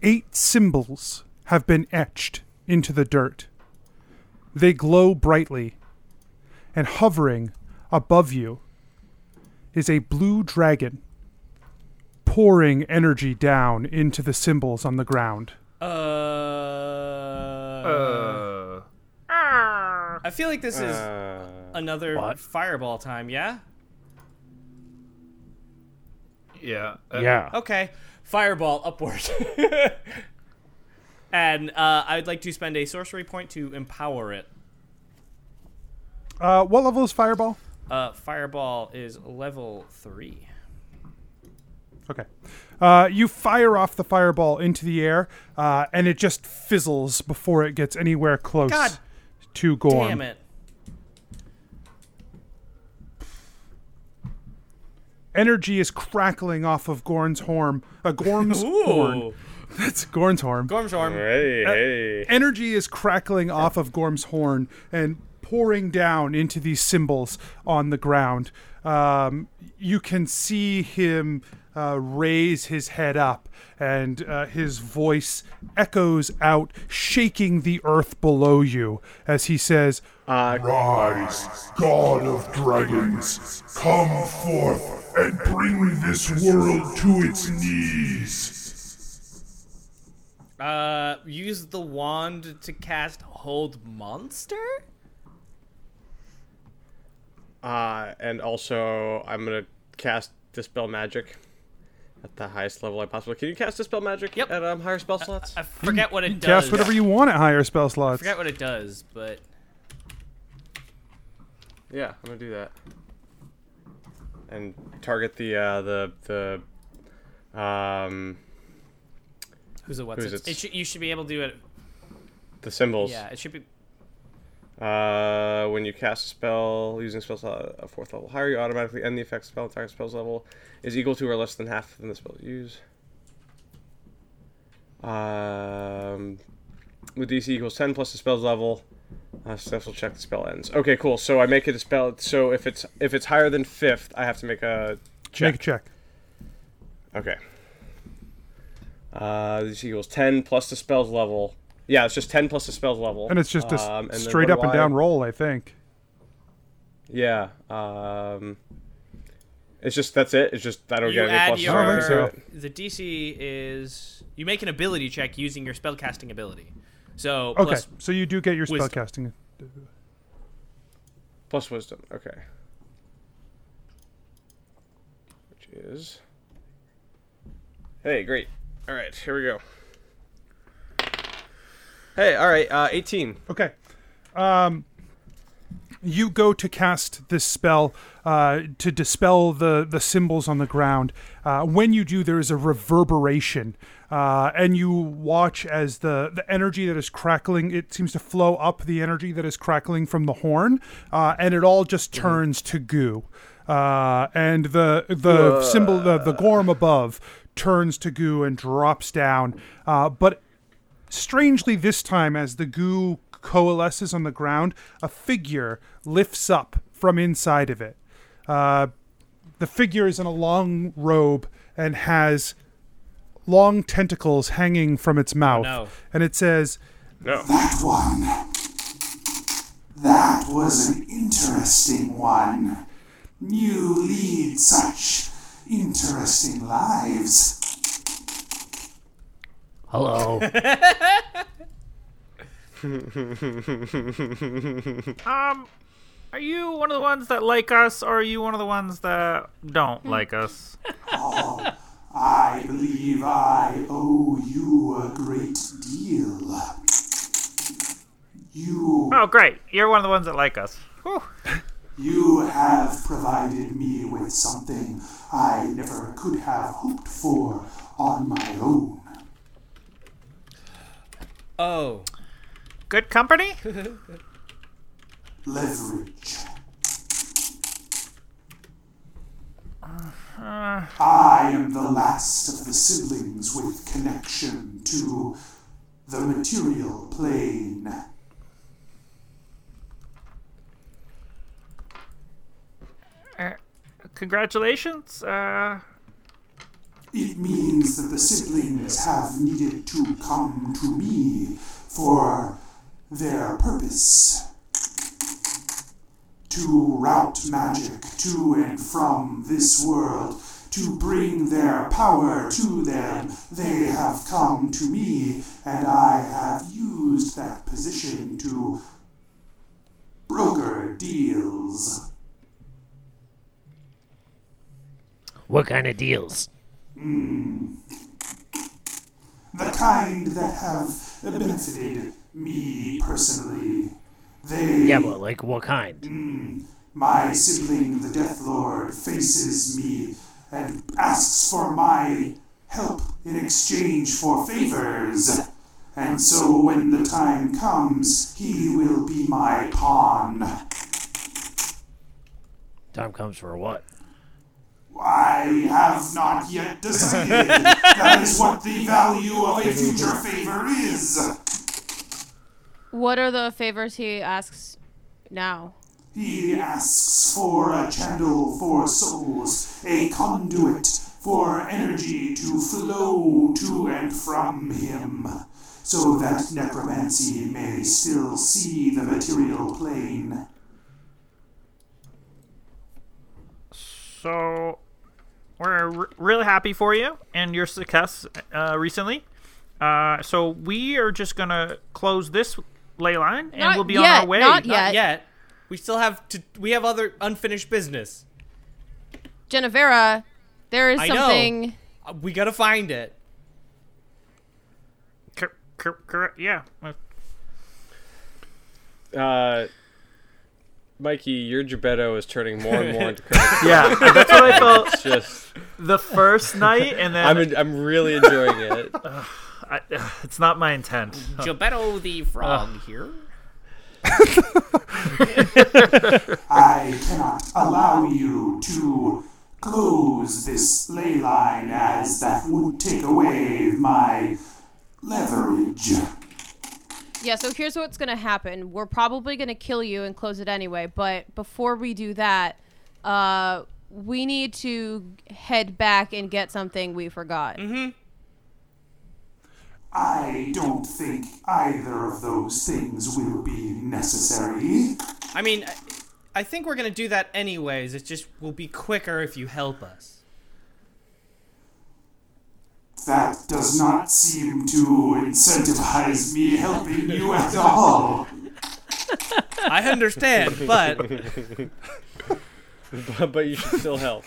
S1: eight symbols have been etched into the dirt. They glow brightly, and hovering above you is a blue dragon pouring energy down into the symbols on the ground.
S8: Uh.
S3: Uh,
S8: I feel like this is
S6: Uh,
S8: another
S4: What?
S8: fireball time. Yeah.
S3: yeah. Uh,
S4: yeah.
S8: Okay. Fireball upward. and uh, I'd like to spend a sorcery point to empower it.
S1: Uh, what level is Fireball?
S8: Uh, fireball is level three.
S1: Okay. Uh, you fire off the fireball into the air, uh, and it just fizzles before it gets anywhere close
S8: God
S1: to Gorm.
S8: Damn it.
S1: Energy is crackling off of Gorn's horn. Uh, Gorm's horn.
S8: Ooh.
S1: That's Gorn's horn.
S8: Gormstorm.
S6: hey, hey.
S1: Energy is crackling off of Gorm's horn and pouring down into these symbols on the ground. Um, you can see him uh, raise his head up, and uh, his voice echoes out, shaking the earth below you as he says,
S6: Uh,
S9: Rise, god of dragons, come forth and bring this world to its knees.
S8: Uh, use the wand to cast Hold Monster?
S6: Uh, and also, I'm gonna cast dispel magic at the highest level I possibly can. You cast dispel magic
S8: Yep.
S6: at um, higher spell slots.
S8: I forget what it does.
S1: Cast whatever you want at higher spell
S8: I
S1: slots.
S8: forget what it does, but
S6: yeah, I'm gonna do that. And target the uh, the the um
S8: who's a what's
S6: Who's
S8: it?
S6: it's-
S8: it should, you should be able to do it.
S6: the symbols.
S8: Yeah, it should be.
S6: Uh, when you cast a spell using a spell slot a fourth level higher, you automatically end the effect spell. Entire spell's level is equal to or less than half than the spell you use. Um, with DC equals ten plus the spell's level, uh, successful check the spell ends. Okay, cool. So I make it a spell. So if it's if it's higher than fifth, I have to make a check.
S1: Make a check.
S6: Okay. Uh, this equals ten plus the spell's level. Yeah, it's just ten plus the spell's level.
S1: And it's just a s-
S6: Um, and then
S1: straight
S6: what
S1: up
S6: do
S1: and
S6: I-
S1: down roll, I think.
S6: Yeah. Um, it's just that's it. It's just I don't
S8: You
S6: get any
S8: add
S6: pluses
S8: your.
S1: I
S6: or
S1: don't
S6: anything
S1: think
S6: to
S1: so.
S6: it.
S8: The DC is. You make an ability check using your spellcasting ability. So,
S1: Okay,
S8: plus.
S1: so you do get your
S8: wisdom.
S1: spellcasting.
S6: Plus wisdom. Okay. Which is. Hey, great. All right, here we go. Hey, all right, uh, 18.
S1: Okay. Um, you go to cast this spell uh, to dispel the, the symbols on the ground. Uh, when you do, there is a reverberation, uh, and you watch as the, the energy that is crackling, it seems to flow up the energy that is crackling from the horn, uh, and it all just turns to goo. Uh, and the the symbol, the, the gorm above, turns to goo and drops down. Uh, but strangely this time as the goo coalesces on the ground a figure lifts up from inside of it uh, the figure is in a long robe and has long tentacles hanging from its mouth
S8: no.
S1: and it says
S9: That one. That was an interesting one. You lead such interesting lives.
S10: Hello.
S7: Um, are you one of the ones that like us, or are you one of the ones that don't like us?
S9: I believe I owe you a great deal. You
S7: Oh, great! You're one of the ones that like us. Whew.
S9: You have provided me with something I never could have hoped for on my own.
S8: Oh,
S7: Good company.
S9: Leverage. Uh-huh. I am the last of the siblings with connection to the material plane.
S7: Uh, Congratulations. Uh,
S9: It means that the siblings have needed to come to me for their purpose. To route magic to and from this world, to bring their power to them, they have come to me, and I have used that position to broker deals.
S10: what kind of deals?
S9: Mm. the kind that have benefited me personally. They,
S10: Yeah, but like what kind?
S9: Mm, my sibling, the Death Lord, faces me and asks for my help in exchange for favors. And so, when the time comes, he will be my pawn.
S10: Time comes for what?
S9: I have not yet decided. that is what the value of a future favor is.
S2: What are the favors he asks now?
S9: He asks for a channel for souls, a conduit for energy to flow to and from him, so that necromancy may still see the material plane.
S7: so we're r- really happy for you and your success uh, recently. Uh, so we are just gonna close this ley line, and
S2: Not
S7: we'll be on
S2: yet,
S7: our way.
S2: not Yet.
S8: not yet. We still have to. We have other unfinished business.
S2: Genevera, there is
S8: I know.
S2: something.
S8: Uh, We gotta find it.
S7: Cor- cor- correct. Yeah.
S6: Uh, Mikey, your Gebetto is turning more and more into Kirby.
S7: Yeah. That's what I felt
S6: It's just,
S7: the first night, and then
S6: I'm, en- I'm really enjoying it.
S7: I, it's not my intent.
S8: Gebetto
S3: Uh,
S8: the frog here.
S9: I cannot allow you to close this ley line, as that would take away my leverage.
S2: Yeah, so here's what's going to happen. We're probably going to kill you and close it anyway, but before we do that, uh, we need to head back and get something we forgot.
S9: I don't think either of those things will be necessary.
S8: I mean, I- I think we're gonna do that anyways. It just will be quicker if you help us.
S9: That does not seem to incentivize me helping you at all.
S8: I understand, but
S6: but you should still help.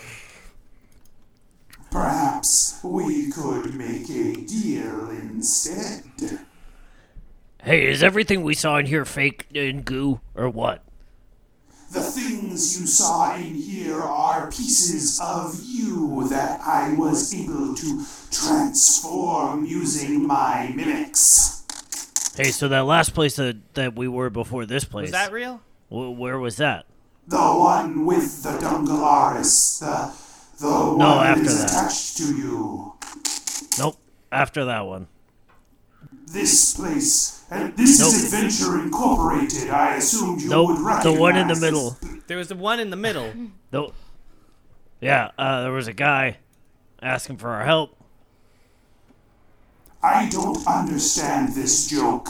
S9: Perhaps we could make a deal instead.
S10: Hey, is everything we saw in here fake and goo or what?
S9: The things you saw in here are pieces of you that I was able to transform using my mimics.
S10: Hey, so that last place that, that we were before this place,
S8: is that real?
S10: wh- where was that?
S9: The one with the Dungalaris, the, the one that
S10: after
S9: is
S10: that.
S9: attached to you.
S10: Nope, after that one.
S9: this place. And this
S10: Nope.
S9: is Adventure Incorporated. I assumed you would
S10: Nope,
S9: recognize.
S10: the one in the
S9: this.
S10: middle.
S8: There was the one in the middle.
S10: Nope. Yeah, uh, there was a guy asking for our help.
S9: I don't understand this joke.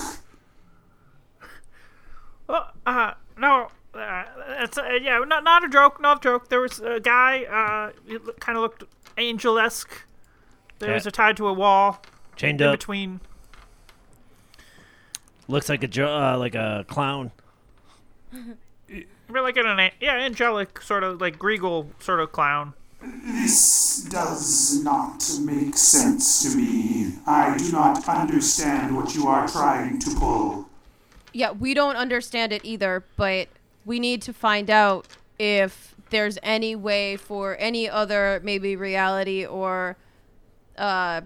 S7: Well, uh, no, uh, it's uh, yeah, not not a joke, not a joke. There was a guy, uh, kind of looked angel-esque. There was
S10: Yeah.
S7: a tied to a wall.
S4: Chained
S3: in
S4: up.
S3: between.
S4: Looks like a jo- uh, like a clown.
S3: We're like in an a- yeah, angelic sort of like regal sort of clown.
S9: This does not make sense to me. I do not understand what you are trying to pull.
S2: Yeah, we don't understand it either, but we need to find out if there's any way for any other maybe reality or uh,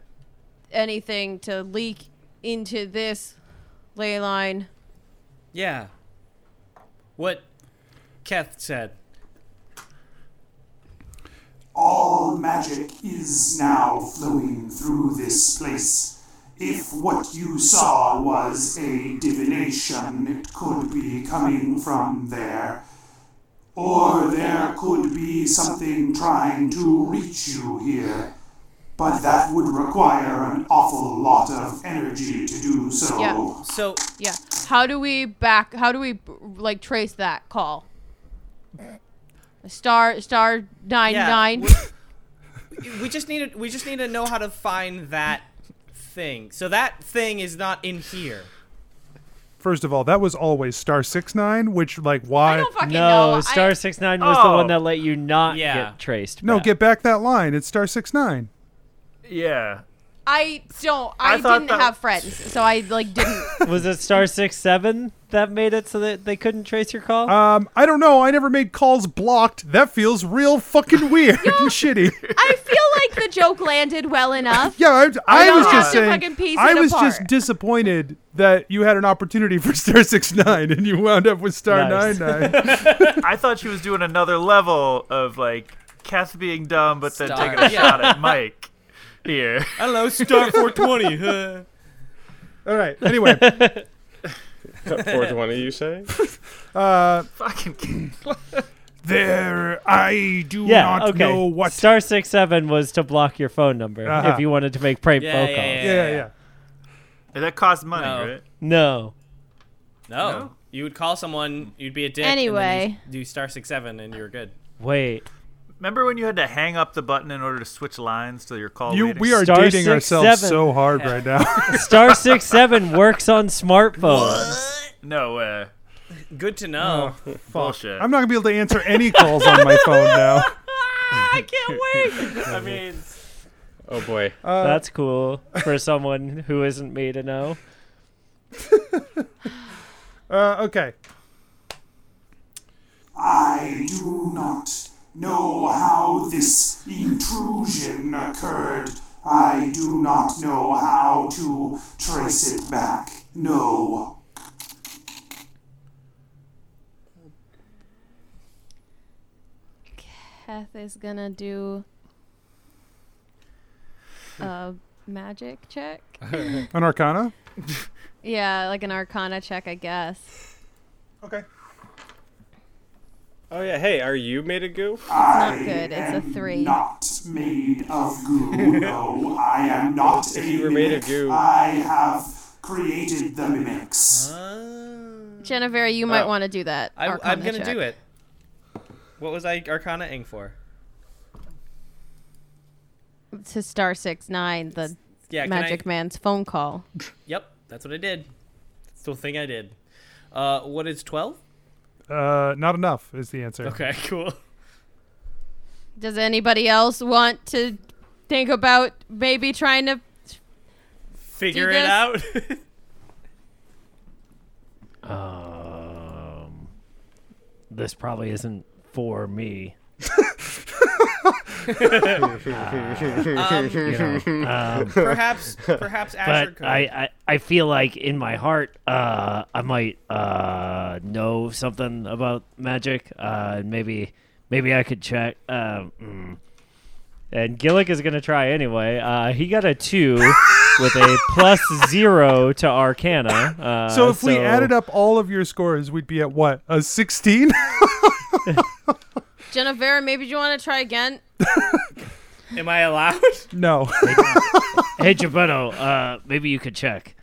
S2: anything to leak into this ley line.
S8: Yeah. What Keth said.
S9: All magic is now flowing through this place. If what you saw was a divination, it could be coming from there. Or there could be something trying to reach you here. But that would require an awful lot of energy to do so.
S2: Yeah.
S8: So
S2: Yeah. How do we back? How do we like trace that call? Star star nine
S8: yeah,
S2: nine.
S8: we- we just need to we just need to know how to find that thing. So that thing is not in here.
S1: First of all, that was always star six nine, which like why?
S2: I don't fucking
S4: No,
S2: know.
S4: Star
S2: I,
S4: Six Nine was the one
S3: Oh.
S4: that let you not
S8: Yeah.
S4: get traced.
S1: no,
S4: back.
S1: get back that line. It's star six nine.
S3: Yeah.
S2: I don't. I,
S3: I thought
S2: didn't
S3: that-
S2: have friends, so I like didn't.
S4: was it Star Six Seven that made it so that they couldn't trace your
S2: Oh.
S4: call?
S1: Um, I don't know. I never made calls blocked. That feels real fucking weird and shitty.
S2: I feel like the joke landed well enough.
S1: Yeah, I, I,
S2: don't
S1: was
S2: have
S1: just
S2: to
S1: saying.
S2: fucking piece
S1: I
S2: it
S1: was just
S2: apart.
S1: disappointed that you had an opportunity for star six nine and you wound up with star
S4: Nice.
S1: nine nine.
S3: I thought she was doing another level of like Kath being dumb, but then
S8: Star.
S3: taking a
S8: Yeah.
S3: shot at Mike here.
S8: I don't know, star 420. huh?
S1: all right. Anyway,
S6: 420, you say?
S1: uh,
S3: Fucking
S1: there. I do
S4: yeah.
S1: not
S4: Okay.
S1: know what.
S4: Star Six Seven was to block your phone number
S1: Uh-huh.
S4: if you wanted to make prank
S8: Yeah,
S4: phone
S8: yeah,
S4: calls.
S8: yeah.
S1: yeah, yeah, yeah.
S3: that costs money,
S8: No.
S3: right?
S4: No.
S8: No.
S3: No?
S8: You would call someone, you'd be a dick. And
S2: Anyway.
S8: then you do star 67 and you're good.
S4: Wait.
S3: Remember when you had to hang up the button in order to switch lines to your call?
S1: You,
S3: waiting?
S1: we are
S4: Star
S1: dating
S4: six,
S1: ourselves
S4: seven.
S1: so hard right now.
S4: Star Six Seven works on smartphones.
S3: no way.
S8: Good to know.
S3: Bullshit.
S1: Oh, I'm not gonna be able to answer any calls on my phone now.
S8: Ah,
S2: I can't wait.
S8: I mean,
S6: Oh boy.
S4: That's cool for someone who isn't me to know.
S1: Uh, okay.
S9: I do not know how this intrusion occurred. I do not know how to trace it back. No.
S2: Heth is gonna do a magic check.
S1: An arcana.
S2: Yeah, like an arcana check, I guess.
S1: Okay.
S6: Oh yeah. Hey, are you made a goo?
S2: Not good. It's a three.
S9: Not made of goo. No, I am not a
S6: you were
S9: mimic.
S6: made of goo.
S9: I have created the mimics.
S2: Jennifer, you might
S6: Oh.
S2: want to do that.
S8: I, I'm
S2: arcana
S8: going to
S2: check.
S8: do it. What was I Arcana ing for?
S2: to star six nine. The
S8: Yeah, can I-
S2: magic man's phone call.
S8: Yep, that's what I did. That's the thing I did. Uh, what is 12?
S1: Uh, not enough is the answer.
S8: Okay, cool.
S2: Does anybody else want to think about maybe trying to?
S8: Figure
S2: Do
S8: it
S2: this.
S8: out.
S4: Um, this probably isn't for me.
S8: um,
S4: You know, um,
S8: perhaps, perhaps Asher
S4: but
S8: could.
S4: I, I, I feel like in my heart, uh, I might uh, know something about magic. Uh, and maybe maybe I could check. Um, mm. And Gillick is gonna try anyway. Uh, he got a two with a plus zero to Arcana. Uh,
S1: So if we added up all of your scores, we'd be at what a sixteen.
S2: Jennifer, maybe you want to try again.
S8: Am I allowed?
S1: no.
S4: hey Geppetto, uh, maybe you could check.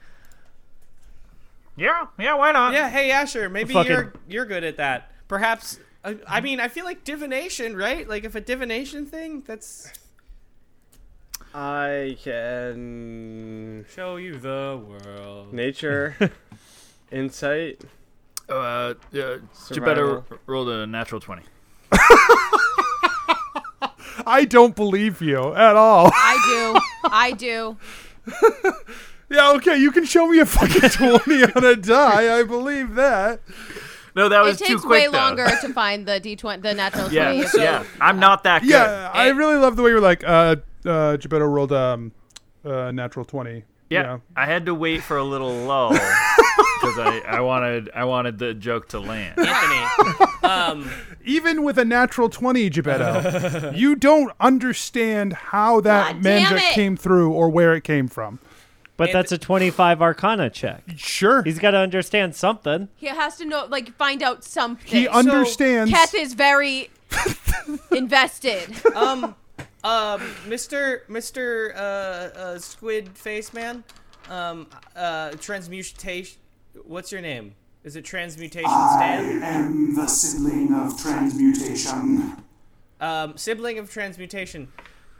S3: yeah, yeah. Why not?
S8: yeah, hey Asher, maybe
S4: Fucking-
S8: you're you're good at that. Perhaps. I, I mean, I feel like divination, right? Like if a divination thing, that's.
S6: I can
S8: Show you the world.
S6: nature, insight.
S3: Uh, yeah, you better
S6: Survival.
S3: roll a natural twenty.
S1: I don't believe you at all.
S2: I do. I do.
S1: yeah, okay, you can show me a fucking 20 on a die. I believe that.
S3: No, that
S2: It
S3: was too
S2: takes
S3: quick.
S2: way
S3: though.
S2: longer to find the D twenty, the natural
S3: Yeah,
S2: twenty.
S3: yeah. I'm not that good.
S1: Yeah, I
S3: Eh,
S1: really love the way you were like, uh, uh, Gebetto rolled um, uh, natural 20.
S3: yeah.
S1: Yeah.
S3: I had to wait for a little lull because I, I wanted I wanted the joke to land.
S8: Anthony. Um,
S1: Even with a natural 20, Gebetto, you don't understand how that
S2: God damn
S1: magic
S2: it.
S1: came through or where it came from.
S4: But that's a 25 Arcana check.
S1: Sure.
S4: He's got to understand something.
S2: He has to know, like, find out something.
S1: he understands.
S2: Keth is very invested.
S8: um, um, Mr. Mr. Uh, uh, Squid Face Man, um, uh, transmutation. What's your name? Is it transmutation stand?
S9: I am the sibling of transmutation.
S8: Um, sibling of transmutation.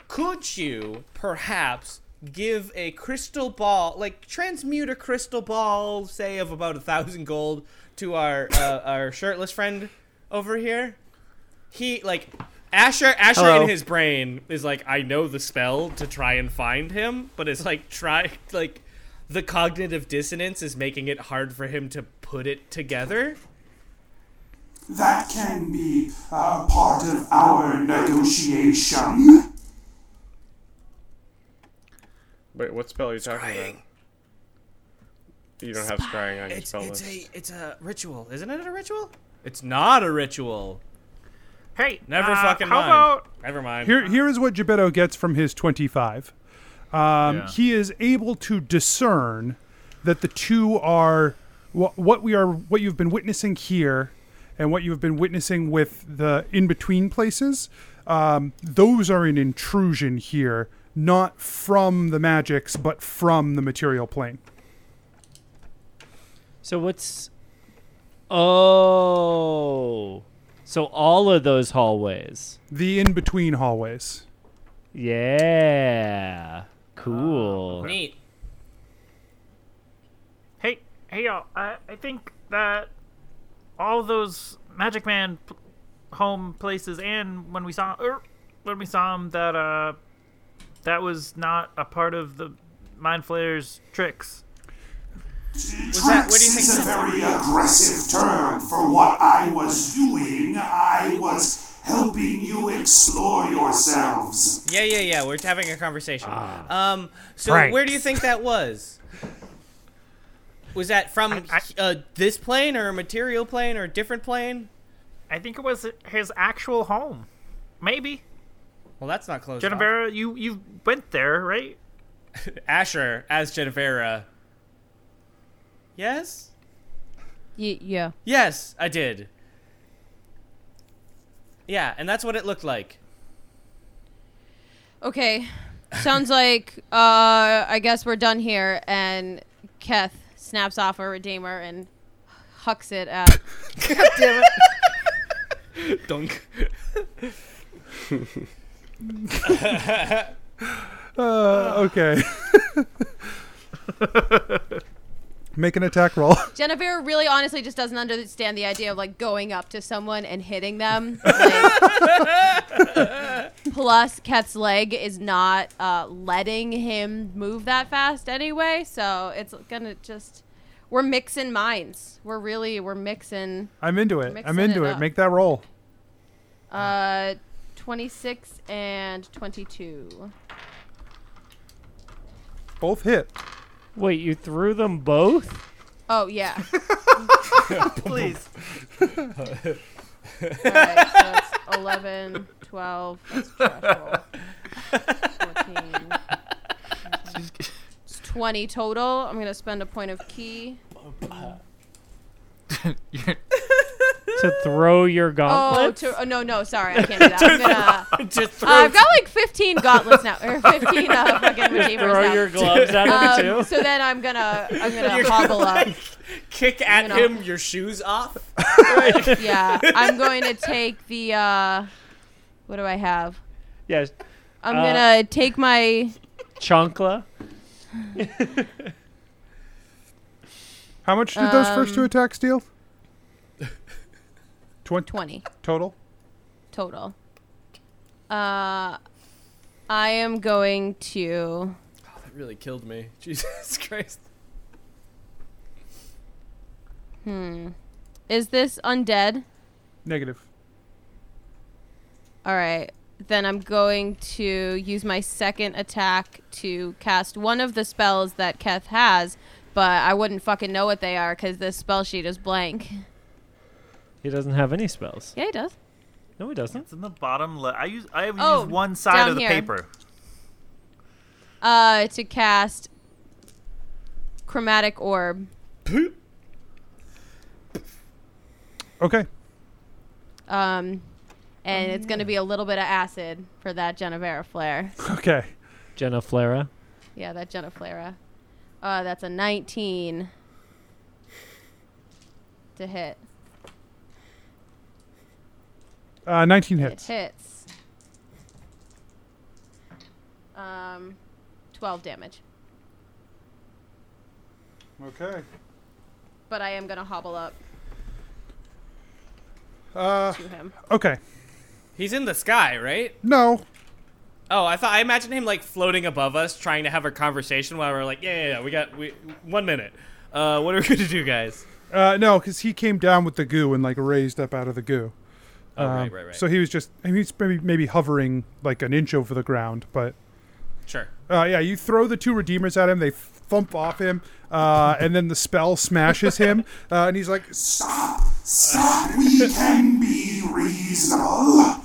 S8: Could you perhaps give a crystal ball, like transmute a crystal ball, say of about a thousand gold, to our uh, our shirtless friend over here? He like Asher. Asher
S4: Hello.
S8: in his brain is like, I know the spell to try and find him, but it's like try like the cognitive dissonance is making it hard for him to put it together.
S9: That can be uh, part of our negotiation.
S6: Wait, what spell are you talking about? You don't have scrying on your
S8: It's,
S6: spell
S8: it's
S6: list.
S8: a it's a ritual, isn't it? A ritual? It's not a ritual.
S3: Hey,
S8: Never
S3: uh,
S8: fucking
S3: how
S8: mind.
S3: about-
S8: Never mind.
S1: Here, here is what Gebetto gets from his 25. Um,
S3: Yeah.
S1: He is able to discern that the two are what, what we are, what you've been witnessing here, and what you've been witnessing with the in between places. Um, those are an intrusion here, not from the magics, but from the material plane.
S4: So what's. Oh. So all of those hallways.
S1: The in between hallways.
S4: Yeah. Cool.
S8: Neat.
S3: Hey, hey y'all. I, I think that all those Magic Man p- home places and when we saw er, when we saw him that uh that was not a part of the Mind Flayer's tricks.
S8: that- what
S9: Tricks
S8: do you think
S9: is a
S8: that-
S9: very aggressive term for what I was doing. I was helping you explore yourselves.
S8: Yeah, yeah, yeah. We're having a conversation. um, so where do you think that was? Was that from uh, this plane or a material plane or a different plane?
S3: I think it was his actual home. Maybe.
S8: Well, that's not close.
S3: Genevera, you you went there, right?
S8: Asher as uh, Genevera. Yes.
S2: Y- yeah.
S8: Yes, I did. Yeah, and that's what it looked like.
S2: Okay. Sounds like uh, I guess we're done here. And Keth snaps off a redeemer and hucks it at.
S8: Dunk.
S1: Uh, okay. Make an attack roll.
S2: Jennifer really honestly just doesn't understand the idea of like going up to someone and hitting them. Like- plus, Ket's leg is not uh, letting him move that fast anyway, so it's gonna just. We're mixing minds. We're really we're mixing.
S1: I'm into it. I'm
S2: Mixing
S1: into
S2: it
S1: it.
S2: up.
S1: Make that roll.
S2: Uh, twenty six and twenty two.
S1: Both hit.
S4: Wait, you threw them both?
S2: Oh yeah.
S3: Please.
S2: All right, so that's 11, 12, that's trash roll. 14. It's 20 total. I'm going to spend a point of key.
S4: to throw your
S2: Oh,
S4: gauntlet?
S2: to, oh, no, no, sorry. I can't do that. I'm gonna, uh, I've got like 15 gauntlets now, or 15 uh, fucking redeemers
S4: throw
S2: now.
S4: your gloves at him
S2: um,
S4: too?
S2: so then I'm gonna, I'm gonna hobble up.
S8: Kick at
S2: You know.
S8: him your shoes off.
S2: Yeah, I'm going to take the. Uh, what do I have?
S4: Yes.
S2: I'm
S4: Uh,
S2: gonna take my
S10: Chonkla.
S1: How much did those first two
S2: Um,
S1: attacks deal? Twenty
S2: 20
S1: total.
S2: total. Uh, I am going to.
S8: That really killed me. Jesus Christ.
S2: Hmm. Is this undead?
S1: Negative.
S2: All right. Then I'm going to use my second attack to cast one of the spells that Keth has, but I wouldn't fucking know what they are because this spell sheet is blank.
S10: He doesn't have any spells.
S2: Yeah, he does.
S10: No, he doesn't.
S3: It's in the bottom left. I use. I have
S2: Oh,
S3: used one side
S2: down
S3: of the
S2: here.
S3: paper.
S2: Uh, to cast chromatic orb.
S1: Okay.
S2: Um, and it's gonna be a little bit of acid for that Genevera flare.
S1: Okay.
S10: Jenna Flera.
S2: Yeah, that Geneflera. Uh, that's a 19 to hit.
S1: Uh, 19
S2: It
S1: hits.
S2: hits. Um, 12 damage.
S1: Okay.
S2: But I am going to hobble up
S1: Uh,
S2: to him.
S1: okay.
S8: He's in the sky, right?
S1: No.
S8: Oh, I thought I imagined him like floating above us, trying to have a conversation while we're like, yeah, yeah, yeah we got we one minute. Uh, what are we gonna do, guys?
S1: Uh, no, because he came down with the goo and like raised up out of the goo.
S8: Oh,
S1: Um,
S8: right, right, right.
S1: So he was just I mean, he's maybe maybe hovering like an inch over the ground, but
S8: sure.
S1: uh, yeah, you throw the two redeemers at him, they thump off him, uh, and then the spell smashes him, uh, and he's like,
S9: Stop! Stop! We can be reasonable!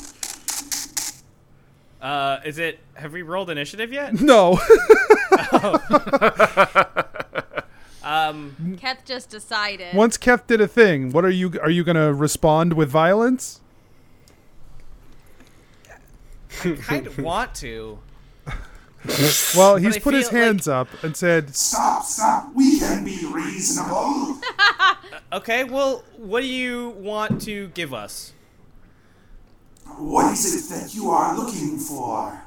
S8: Uh, is it? Have we rolled initiative yet? Oh.
S1: "No,
S8: Um,
S2: Keth just decided.
S1: Mm. Once Kef did a thing, what are you are you gonna respond with violence?
S8: kind of want to.
S1: Well, he's
S8: I
S1: put his
S8: feel like-
S1: hands up and said,
S9: Stop! Stop! We can be reasonable!
S8: Okay, well, what do you want to give us?
S9: What is it that you are looking for?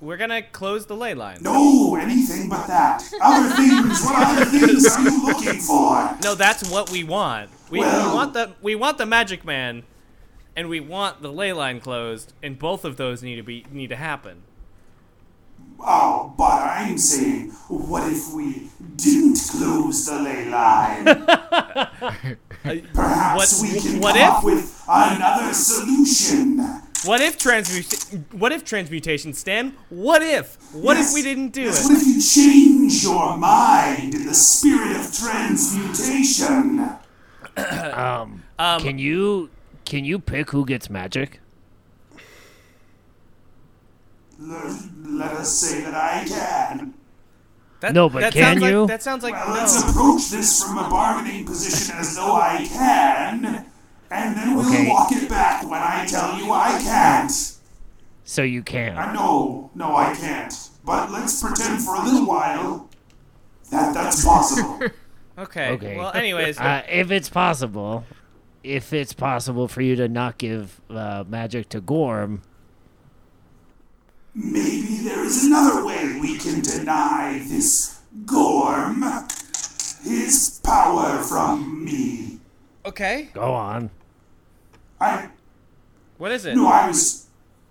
S8: We're gonna close the ley line.
S9: No, anything but that. Other things, what other things are you looking for?
S8: No, that's what we want. We, we
S9: Well-
S8: want the we want the magic man, and we want the ley line closed, and both of those need to be need to happen.
S9: Oh, but I'm saying, what if we didn't close the ley line? Perhaps
S8: what-
S9: we can
S8: what
S9: come
S8: if?
S9: up with another solution.
S8: What if transmutation? What if transmutation, Stan? What if? What if we didn't do
S9: yes,
S8: it?
S9: What if you change your mind in the spirit of transmutation?
S4: Um,
S8: Um,
S10: can you can you pick who gets magic?
S9: L- let us say that I can.
S8: That,
S10: No, but
S8: that
S10: can
S8: sounds like-
S10: you?
S8: that sounds like
S9: Well,
S8: no.
S9: let's approach this from a bargaining position as though I can, and then we'll
S10: Okay.
S9: walk it back when I tell you I can't.
S10: So you can.
S9: I no, no, I can't. But let's pretend for a little while that that's possible.
S8: Okay.
S10: Okay.
S8: Well, anyways,
S10: Uh, if it's possible, if it's possible for you to not give uh, magic to Gorm,
S9: Maybe there is another way we can deny this Gorm his power from me.
S8: okay.
S10: go on.
S9: I
S8: What is it?
S9: no, I was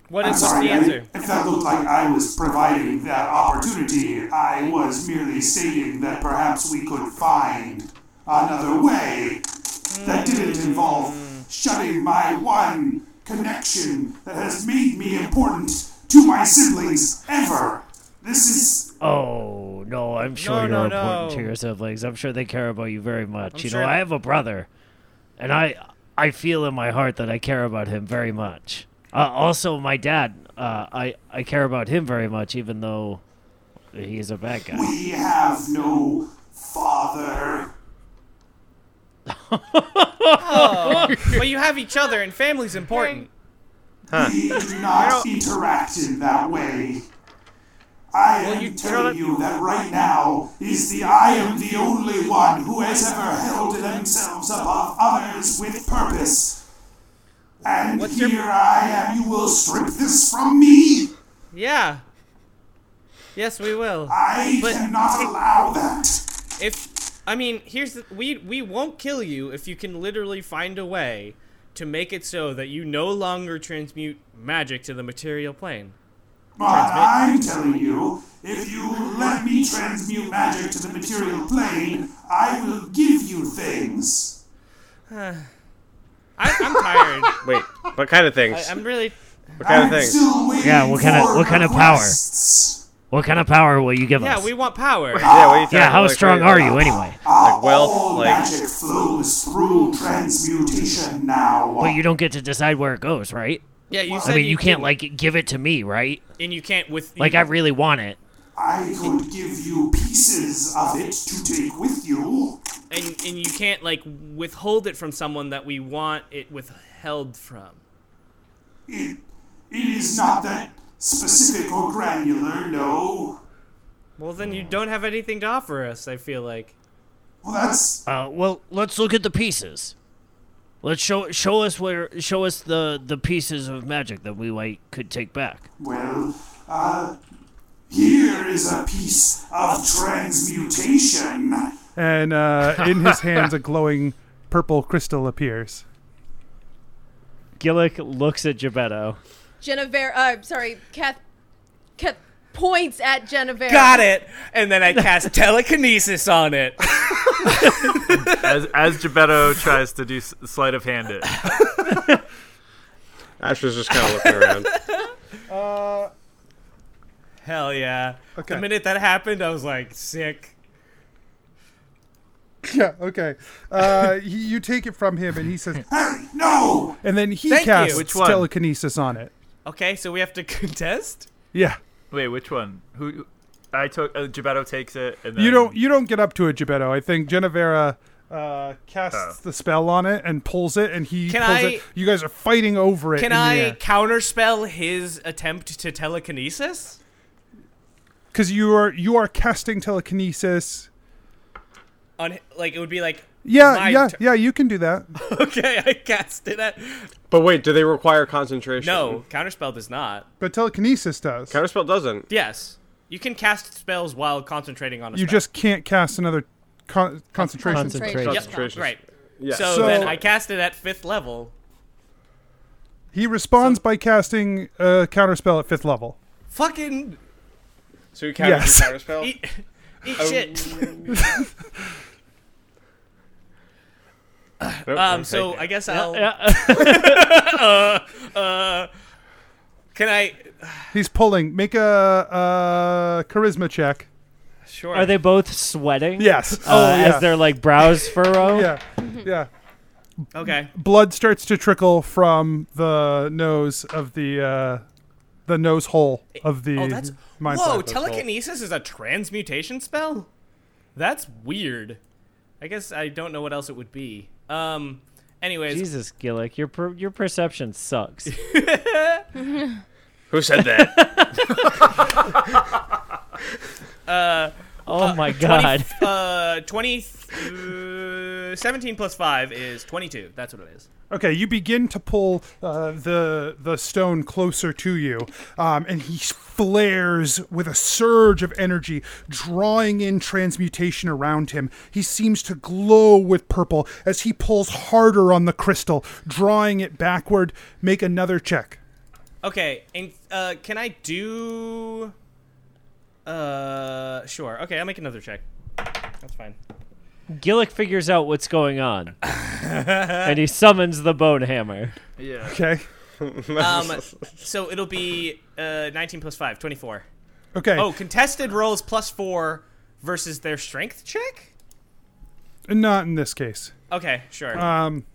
S8: What
S9: I'm
S8: is the
S9: sorry, I,
S8: answer?
S9: if that looked like I was providing that opportunity, I was merely stating that perhaps we could find another way that didn't involve shutting my one connection that has made me important to my siblings ever. This is.
S10: Oh no, I'm sure
S8: No,
S10: you're
S8: no,
S10: important to
S8: no.
S10: your siblings. I'm sure they care about you very much. you
S8: sure-
S10: know, I have a brother, and I I feel in my heart that I care about him very much. Uh, also, my dad, uh, I I care about him very much, even though he's a bad guy.
S9: We have no father. Oh.
S11: Oh.
S8: but you have each other, and family's important.
S9: We do not interact in that way. I am
S8: you-
S9: telling you that right now is the I am the only one who has ever held themselves above others with purpose. And
S8: What's
S9: here
S8: your-
S9: I am. You will strip this from me.
S8: Yeah.
S11: Yes, we will.
S9: I
S11: But-
S9: cannot allow that.
S11: If I mean, here's the, we we won't kill you if you can literally find a way to make it so that you no longer transmute magic to the material plane.
S9: But I'm telling you, if you let me transmute magic to the material plane, I will give you things.
S11: I, I'm tired.
S6: Wait, what kind of things?
S11: I, I'm really.
S6: what kind of
S9: I'm
S6: things?
S9: still waiting
S10: Yeah, what kind of-
S9: for
S10: what kind of power?
S9: requests.
S10: What kind of power will you give
S11: Yeah,
S10: us?
S11: we want power.
S6: yeah, what are you talking
S10: yeah, how
S6: about? Like,
S10: strong
S6: what
S10: are you anyway?
S6: Like
S9: All
S6: wealth, like
S9: magic Oh, flows through transmutation now.
S10: But you don't get to decide where it goes, right?
S11: Yeah, you said
S10: I mean, you can't
S11: can-
S10: like give it to me, right?
S11: and you can't with
S10: Like I really want it.
S9: I could give you pieces of it to take with you.
S11: and and you can't like withhold it from someone that we want it withheld from.
S9: It, it is not that specific or granular, no.
S11: Well, then you don't have anything to offer us. I feel like.
S9: Well, that's
S10: Uh, well, let's look at the pieces. Let's show show us where show us the the pieces of magic that we like could take back.
S9: Well, uh, here is a piece of transmutation.
S1: And uh, in his hands, a glowing purple crystal appears.
S10: Gillick looks at Gebetto.
S2: Genevera, uh, sorry, Kath, Kath points at Genevera.
S8: Got it. And then I cast telekinesis on it.
S3: As as Gebetto tries to do s- sleight of hand it.
S6: Ash was just kind of looking around.
S1: Uh,
S8: Hell yeah.
S1: Okay.
S8: The minute that happened, I was like, sick.
S1: Yeah. Okay. Uh, he, you take it from him, and he says,
S9: Hey, no!
S1: and then he
S8: Thank you.
S1: casts
S3: Which one?
S1: telekinesis on it.
S8: Okay, so we have to contest?
S1: Yeah.
S3: Wait, which one? Who? I took. Uh, Gebetto takes it, and then
S1: You don't. You don't get up to it, Gebetto. I think Genevera uh, casts
S3: Oh.
S1: the spell on it and pulls it, and he
S8: Can
S1: pulls
S8: I-
S1: it. You guys are fighting over it.
S8: Can
S1: in the
S8: I
S1: air.
S8: counterspell his attempt to telekinesis?
S1: because you are you are casting telekinesis.
S8: On like it would be like
S1: Yeah,
S8: My
S1: yeah,
S8: tur-
S1: yeah. You can do that.
S8: okay, I cast it at
S6: But wait, do they require concentration?
S8: No, counterspell does not.
S1: But telekinesis does.
S6: Counterspell doesn't.
S8: Yes. You can cast spells while concentrating on a
S1: You
S8: spell.
S1: just can't cast another con- concentration.
S10: Concentration.
S2: Yep.
S6: Concentration.
S8: right.
S6: Yeah.
S8: So,
S1: So-
S8: then I cast it at fifth level.
S1: He responds by casting a counterspell at fifth level.
S8: Fucking
S6: So you counter
S1: Yes.
S6: counter spell. Oh.
S8: eat, eat shit.
S6: Oh,
S8: Um, so I guess I'll. Uh, can I?
S1: He's pulling. Make a, uh charisma check.
S8: Sure.
S10: Are they both sweating?
S1: Yes. Oh,
S10: Uh, As their like brows furrow.
S1: yeah.
S9: Mm-hmm.
S1: Yeah. Yeah.
S8: okay?
S1: Blood starts to trickle from the nose of the uh, the nose hole of the.
S8: Oh, that's
S1: mind
S8: whoa!
S1: flap.
S8: Telekinesis is a transmutation spell. That's weird. I guess I don't know what else it would be. Um. Anyways,
S10: Jesus, Gillick, your per- your perception sucks.
S6: Who said that?
S10: Oh my god.
S8: uh, 20, uh, 17 plus five is twenty-two. That's what it is.
S1: Okay, you begin to pull uh, the the stone closer to you, um, and he flares with a surge of energy, drawing in transmutation around him. He seems to glow with purple as he pulls harder on the crystal, drawing it backward. Make another check.
S8: Okay, and uh, can I do? Uh, sure. Okay, I'll make another check. That's fine.
S10: Gillick figures out what's going on, and he summons the bone hammer.
S3: Yeah.
S1: Okay.
S8: Um, so it'll be uh, 19 plus 5, 24.
S1: Okay.
S8: Oh, contested rolls plus 4 versus their strength check?
S1: Not in this case.
S8: Okay, sure.
S10: Uh,
S1: Um,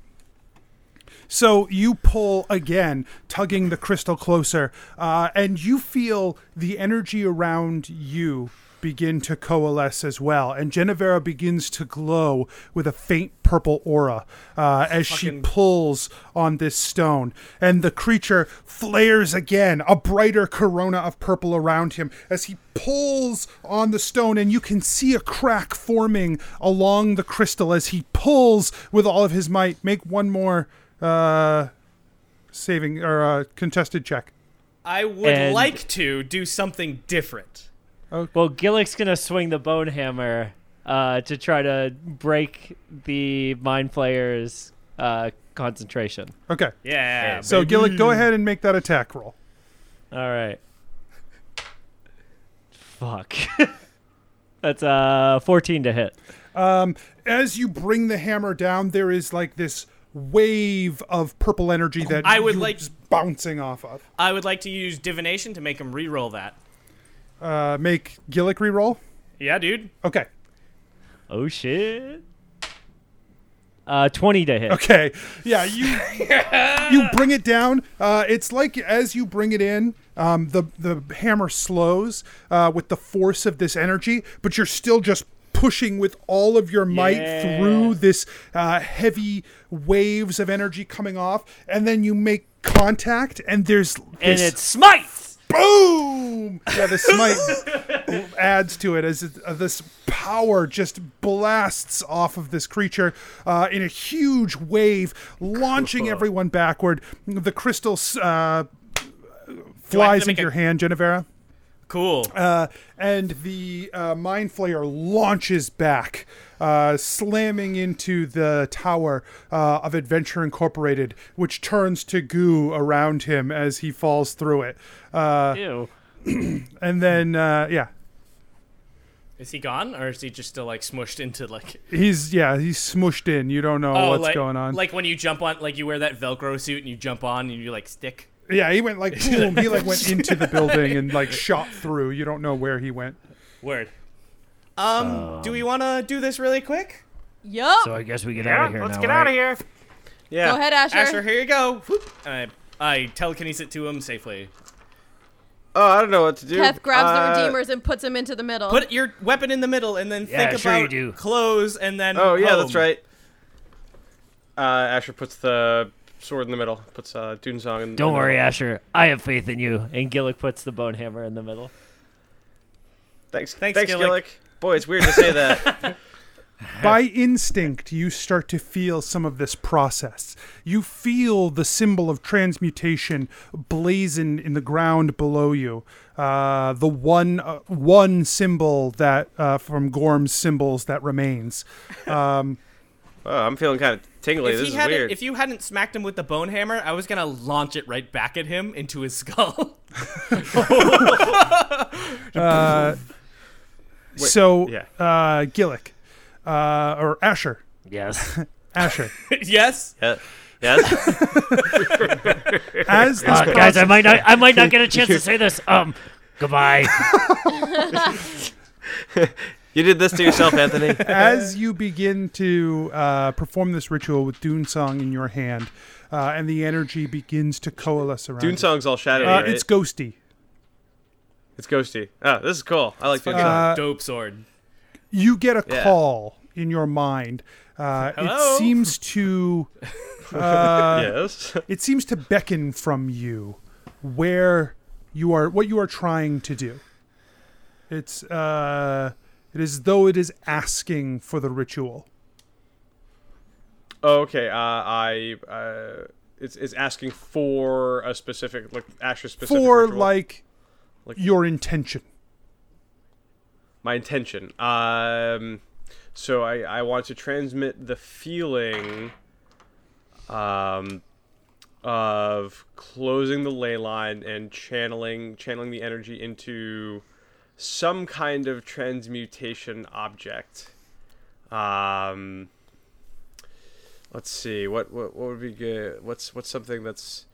S1: so you pull again, tugging the crystal closer, uh, and you feel the energy around you begin to coalesce as well. And Genevera begins to glow with a faint purple aura uh, as she pulls on this stone. And the creature flares again, a brighter corona of purple around him as he pulls on the stone. And you can see a crack forming along the crystal as he pulls with all of his might. Make one more uh, saving or uh, contested check.
S8: I would
S10: and-
S8: like to do something different.
S1: Okay.
S4: Well, Gillick's gonna swing the bone hammer uh, to try to break the mind player's uh, concentration.
S1: Okay.
S7: Yeah.
S1: So Gillick, go ahead and make that attack roll.
S4: All right. Fuck. That's uh 14 to hit.
S1: Um, as you bring the hammer down, there is like this wave of purple energy that
S7: I would
S1: you're
S7: like-
S1: just bouncing off of.
S7: I would like to use divination to make him re-roll that.
S1: Uh, make Gillick reroll.
S7: Yeah, dude.
S1: Okay.
S4: Oh shit. Uh 20 to hit.
S1: Okay. Yeah, you you bring it down. Uh, it's like as you bring it in, um, the the hammer slows uh, with the force of this energy, but you're still just pushing with all of your might
S4: Yeah.
S1: through this uh, heavy waves of energy coming off, and then you make contact, and there's
S4: And
S1: this
S4: it smites.
S1: boom. Yeah, the smite adds to it as it, uh, this power just blasts off of this creature uh, in a huge wave, launching everyone backward. The crystal s- uh, flies
S7: to make
S1: into
S7: a-
S1: your hand, Genevera,
S7: Cool.
S1: uh, and the uh, mind flayer launches back. Uh, slamming into the tower uh, of Adventure Incorporated, which turns to goo around him as he falls through it. Uh,
S4: Ew.
S1: and then, uh, yeah,
S7: Is he gone, or is he just still like smushed into like? Oh,
S1: He's yeah, he's smushed in. You don't know what's
S7: like,
S1: going on.
S7: Like when you jump on, like you wear that Velcro suit and you jump on and you like stick.
S1: yeah, he went like boom. he like went into the building and like shot through. You don't know where he went.
S7: Word.
S8: Um, do we want to do this really quick?
S2: Yup.
S4: I guess we get
S12: Yeah, let's get out of here.
S6: Yeah.
S2: Go ahead, Asher.
S7: Asher, here you go. Whoop. And I, I telekinesis it to him safely.
S6: Oh, I don't know what to do.
S2: Keth grabs
S6: Uh,
S2: the redeemers and puts him into the middle.
S7: Put your weapon in the middle and then
S4: Yeah,
S7: think
S4: sure
S7: about
S4: you do.
S7: clothes and then.
S6: Oh yeah, that's
S7: home.
S6: right. Uh, Asher puts the sword in the middle. Puts uh, Dune Song in.
S4: Don't
S6: in the
S4: worry,
S6: middle.
S4: Asher. I have faith in you. And Gillick puts the bone hammer in the middle.
S6: Thanks,
S7: Thanks,
S6: thanks, Gillick.
S7: Gillick.
S6: Boy, it's weird to say that.
S1: By instinct, you start to feel some of this process. You feel the symbol of transmutation blazoned in the ground below you. Uh, the one uh, one symbol that uh, from Gorm's symbols that remains. Um,
S6: oh, I'm feeling kind of tingly.
S7: If,
S6: this
S7: he
S6: is
S7: hadn't,
S6: weird.
S7: if you hadn't smacked him with the bone hammer, I was gonna launch it right back at him into his skull.
S1: Uh, so,
S6: yeah.
S1: uh, Gillick uh, or Asher,
S4: Yes.
S1: Asher.
S7: yes.
S6: Yeah.
S10: Uh,
S6: Yes.
S1: As this
S4: Uh, guys,
S1: process-
S4: I might not I might not get a chance to say this. Um goodbye.
S6: you did this to yourself, Anthony.
S1: as you begin to uh, perform this ritual with Dune Song in your hand, uh, and the energy begins to coalesce around.
S6: Dune
S1: it.
S6: Song's all shadowy.
S1: Uh,
S6: right?
S1: it's ghosty.
S6: It's ghosty. Oh, this is cool. I like Dune Song.
S1: Uh,
S7: Dope sword.
S1: you get a
S6: Yeah.
S1: call in your mind. Uh, it
S7: Hello?
S1: seems to uh,
S6: yes.
S1: it seems to beckon from you where you are what you are trying to do. It's uh, it is though it is asking for the ritual.
S6: Oh, okay. Uh, I. Uh, it's, it's asking for a specific, like Asher specific.
S1: for
S6: ritual.
S1: like, your intention.
S6: my intention. Um, so I, I want to transmit the feeling um, of closing the ley line and channeling channeling the energy into some kind of transmutation object. Um, let's see what, what what would be good. What's what's something that's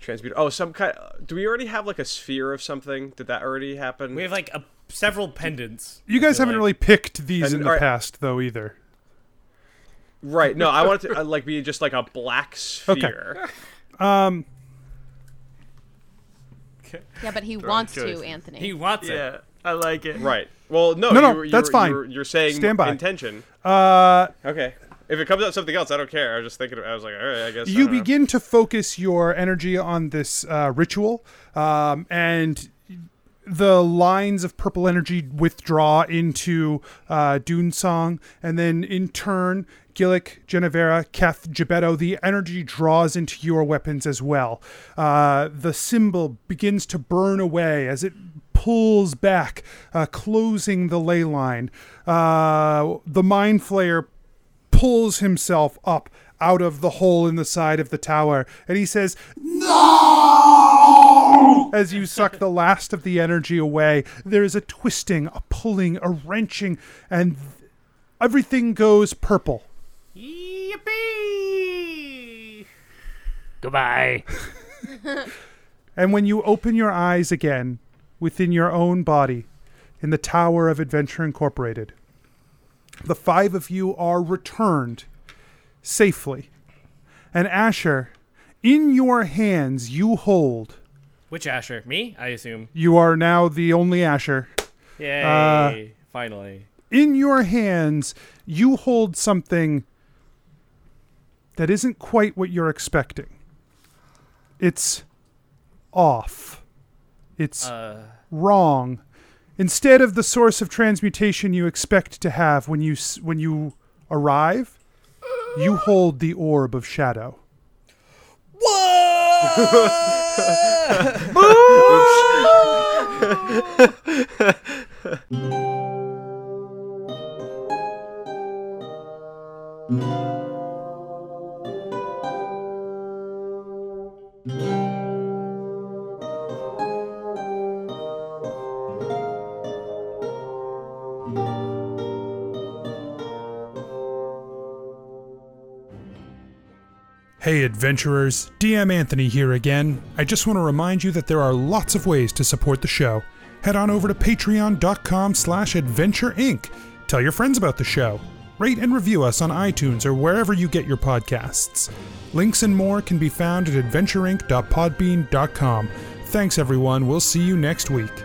S6: transmuted? Oh, some kind. Do we already have like a sphere of something? Did that already happen?
S7: We have like a, several pendants.
S1: You guys
S7: feel
S1: haven't
S7: like-
S1: really picked these
S6: And-
S1: in the
S6: alright.
S1: past though either.
S6: Right. No, I want it to uh, like be just like a black sphere.
S1: Um,
S2: yeah, but he wants
S3: choice.
S2: to, Anthony.
S7: He wants it.
S3: Yeah, I like it.
S6: Right. Well, no,
S1: No, no,
S6: you, were- you
S1: that's
S6: were-
S1: fine.
S6: You were, you're saying
S1: Stand by.
S6: intention.
S1: Uh,
S6: Okay. If it comes out something else, I don't care. I was just thinking. I was like, all right, I guess. I
S1: you
S6: don't know.
S1: begin to focus your energy on this uh, ritual, um, and the lines of purple energy withdraw into uh, Dune Song, and then in turn, Gillick, Genevera, Keth, Gebetto, the energy draws into your weapons as well. Uh, the symbol begins to burn away as it pulls back, uh, closing the ley line. Uh, the mind flayer pulls himself up out of the hole in the side of the tower, and he says,
S9: No!
S1: as you suck the last of the energy away, there is a twisting, a pulling, a wrenching, and everything goes purple.
S3: Yippee!
S4: Goodbye.
S1: And when you open your eyes again within your own body in the Tower of Adventure Incorporated, the five of you are returned safely. And Asher, in your hands, you hold.
S7: Which Asher? Me? I assume.
S1: You are now the only Asher. Uh,
S7: Yay! finally.
S1: in your hands, you hold something that isn't quite what you're expecting. It's off. It's wrong. Instead of the source of transmutation you expect to have when you s- when you arrive, you hold the orb of shadow. Hey adventurers, DM Anthony here again. I just want to remind you that there are lots of ways to support the show. Head on over to patreon.com slash adventure inc. Tell your friends about the show. Rate and review us on iTunes or wherever you get your podcasts. Links and more can be found at adventureinc.podbean.com. Thanks everyone, we'll see you next week.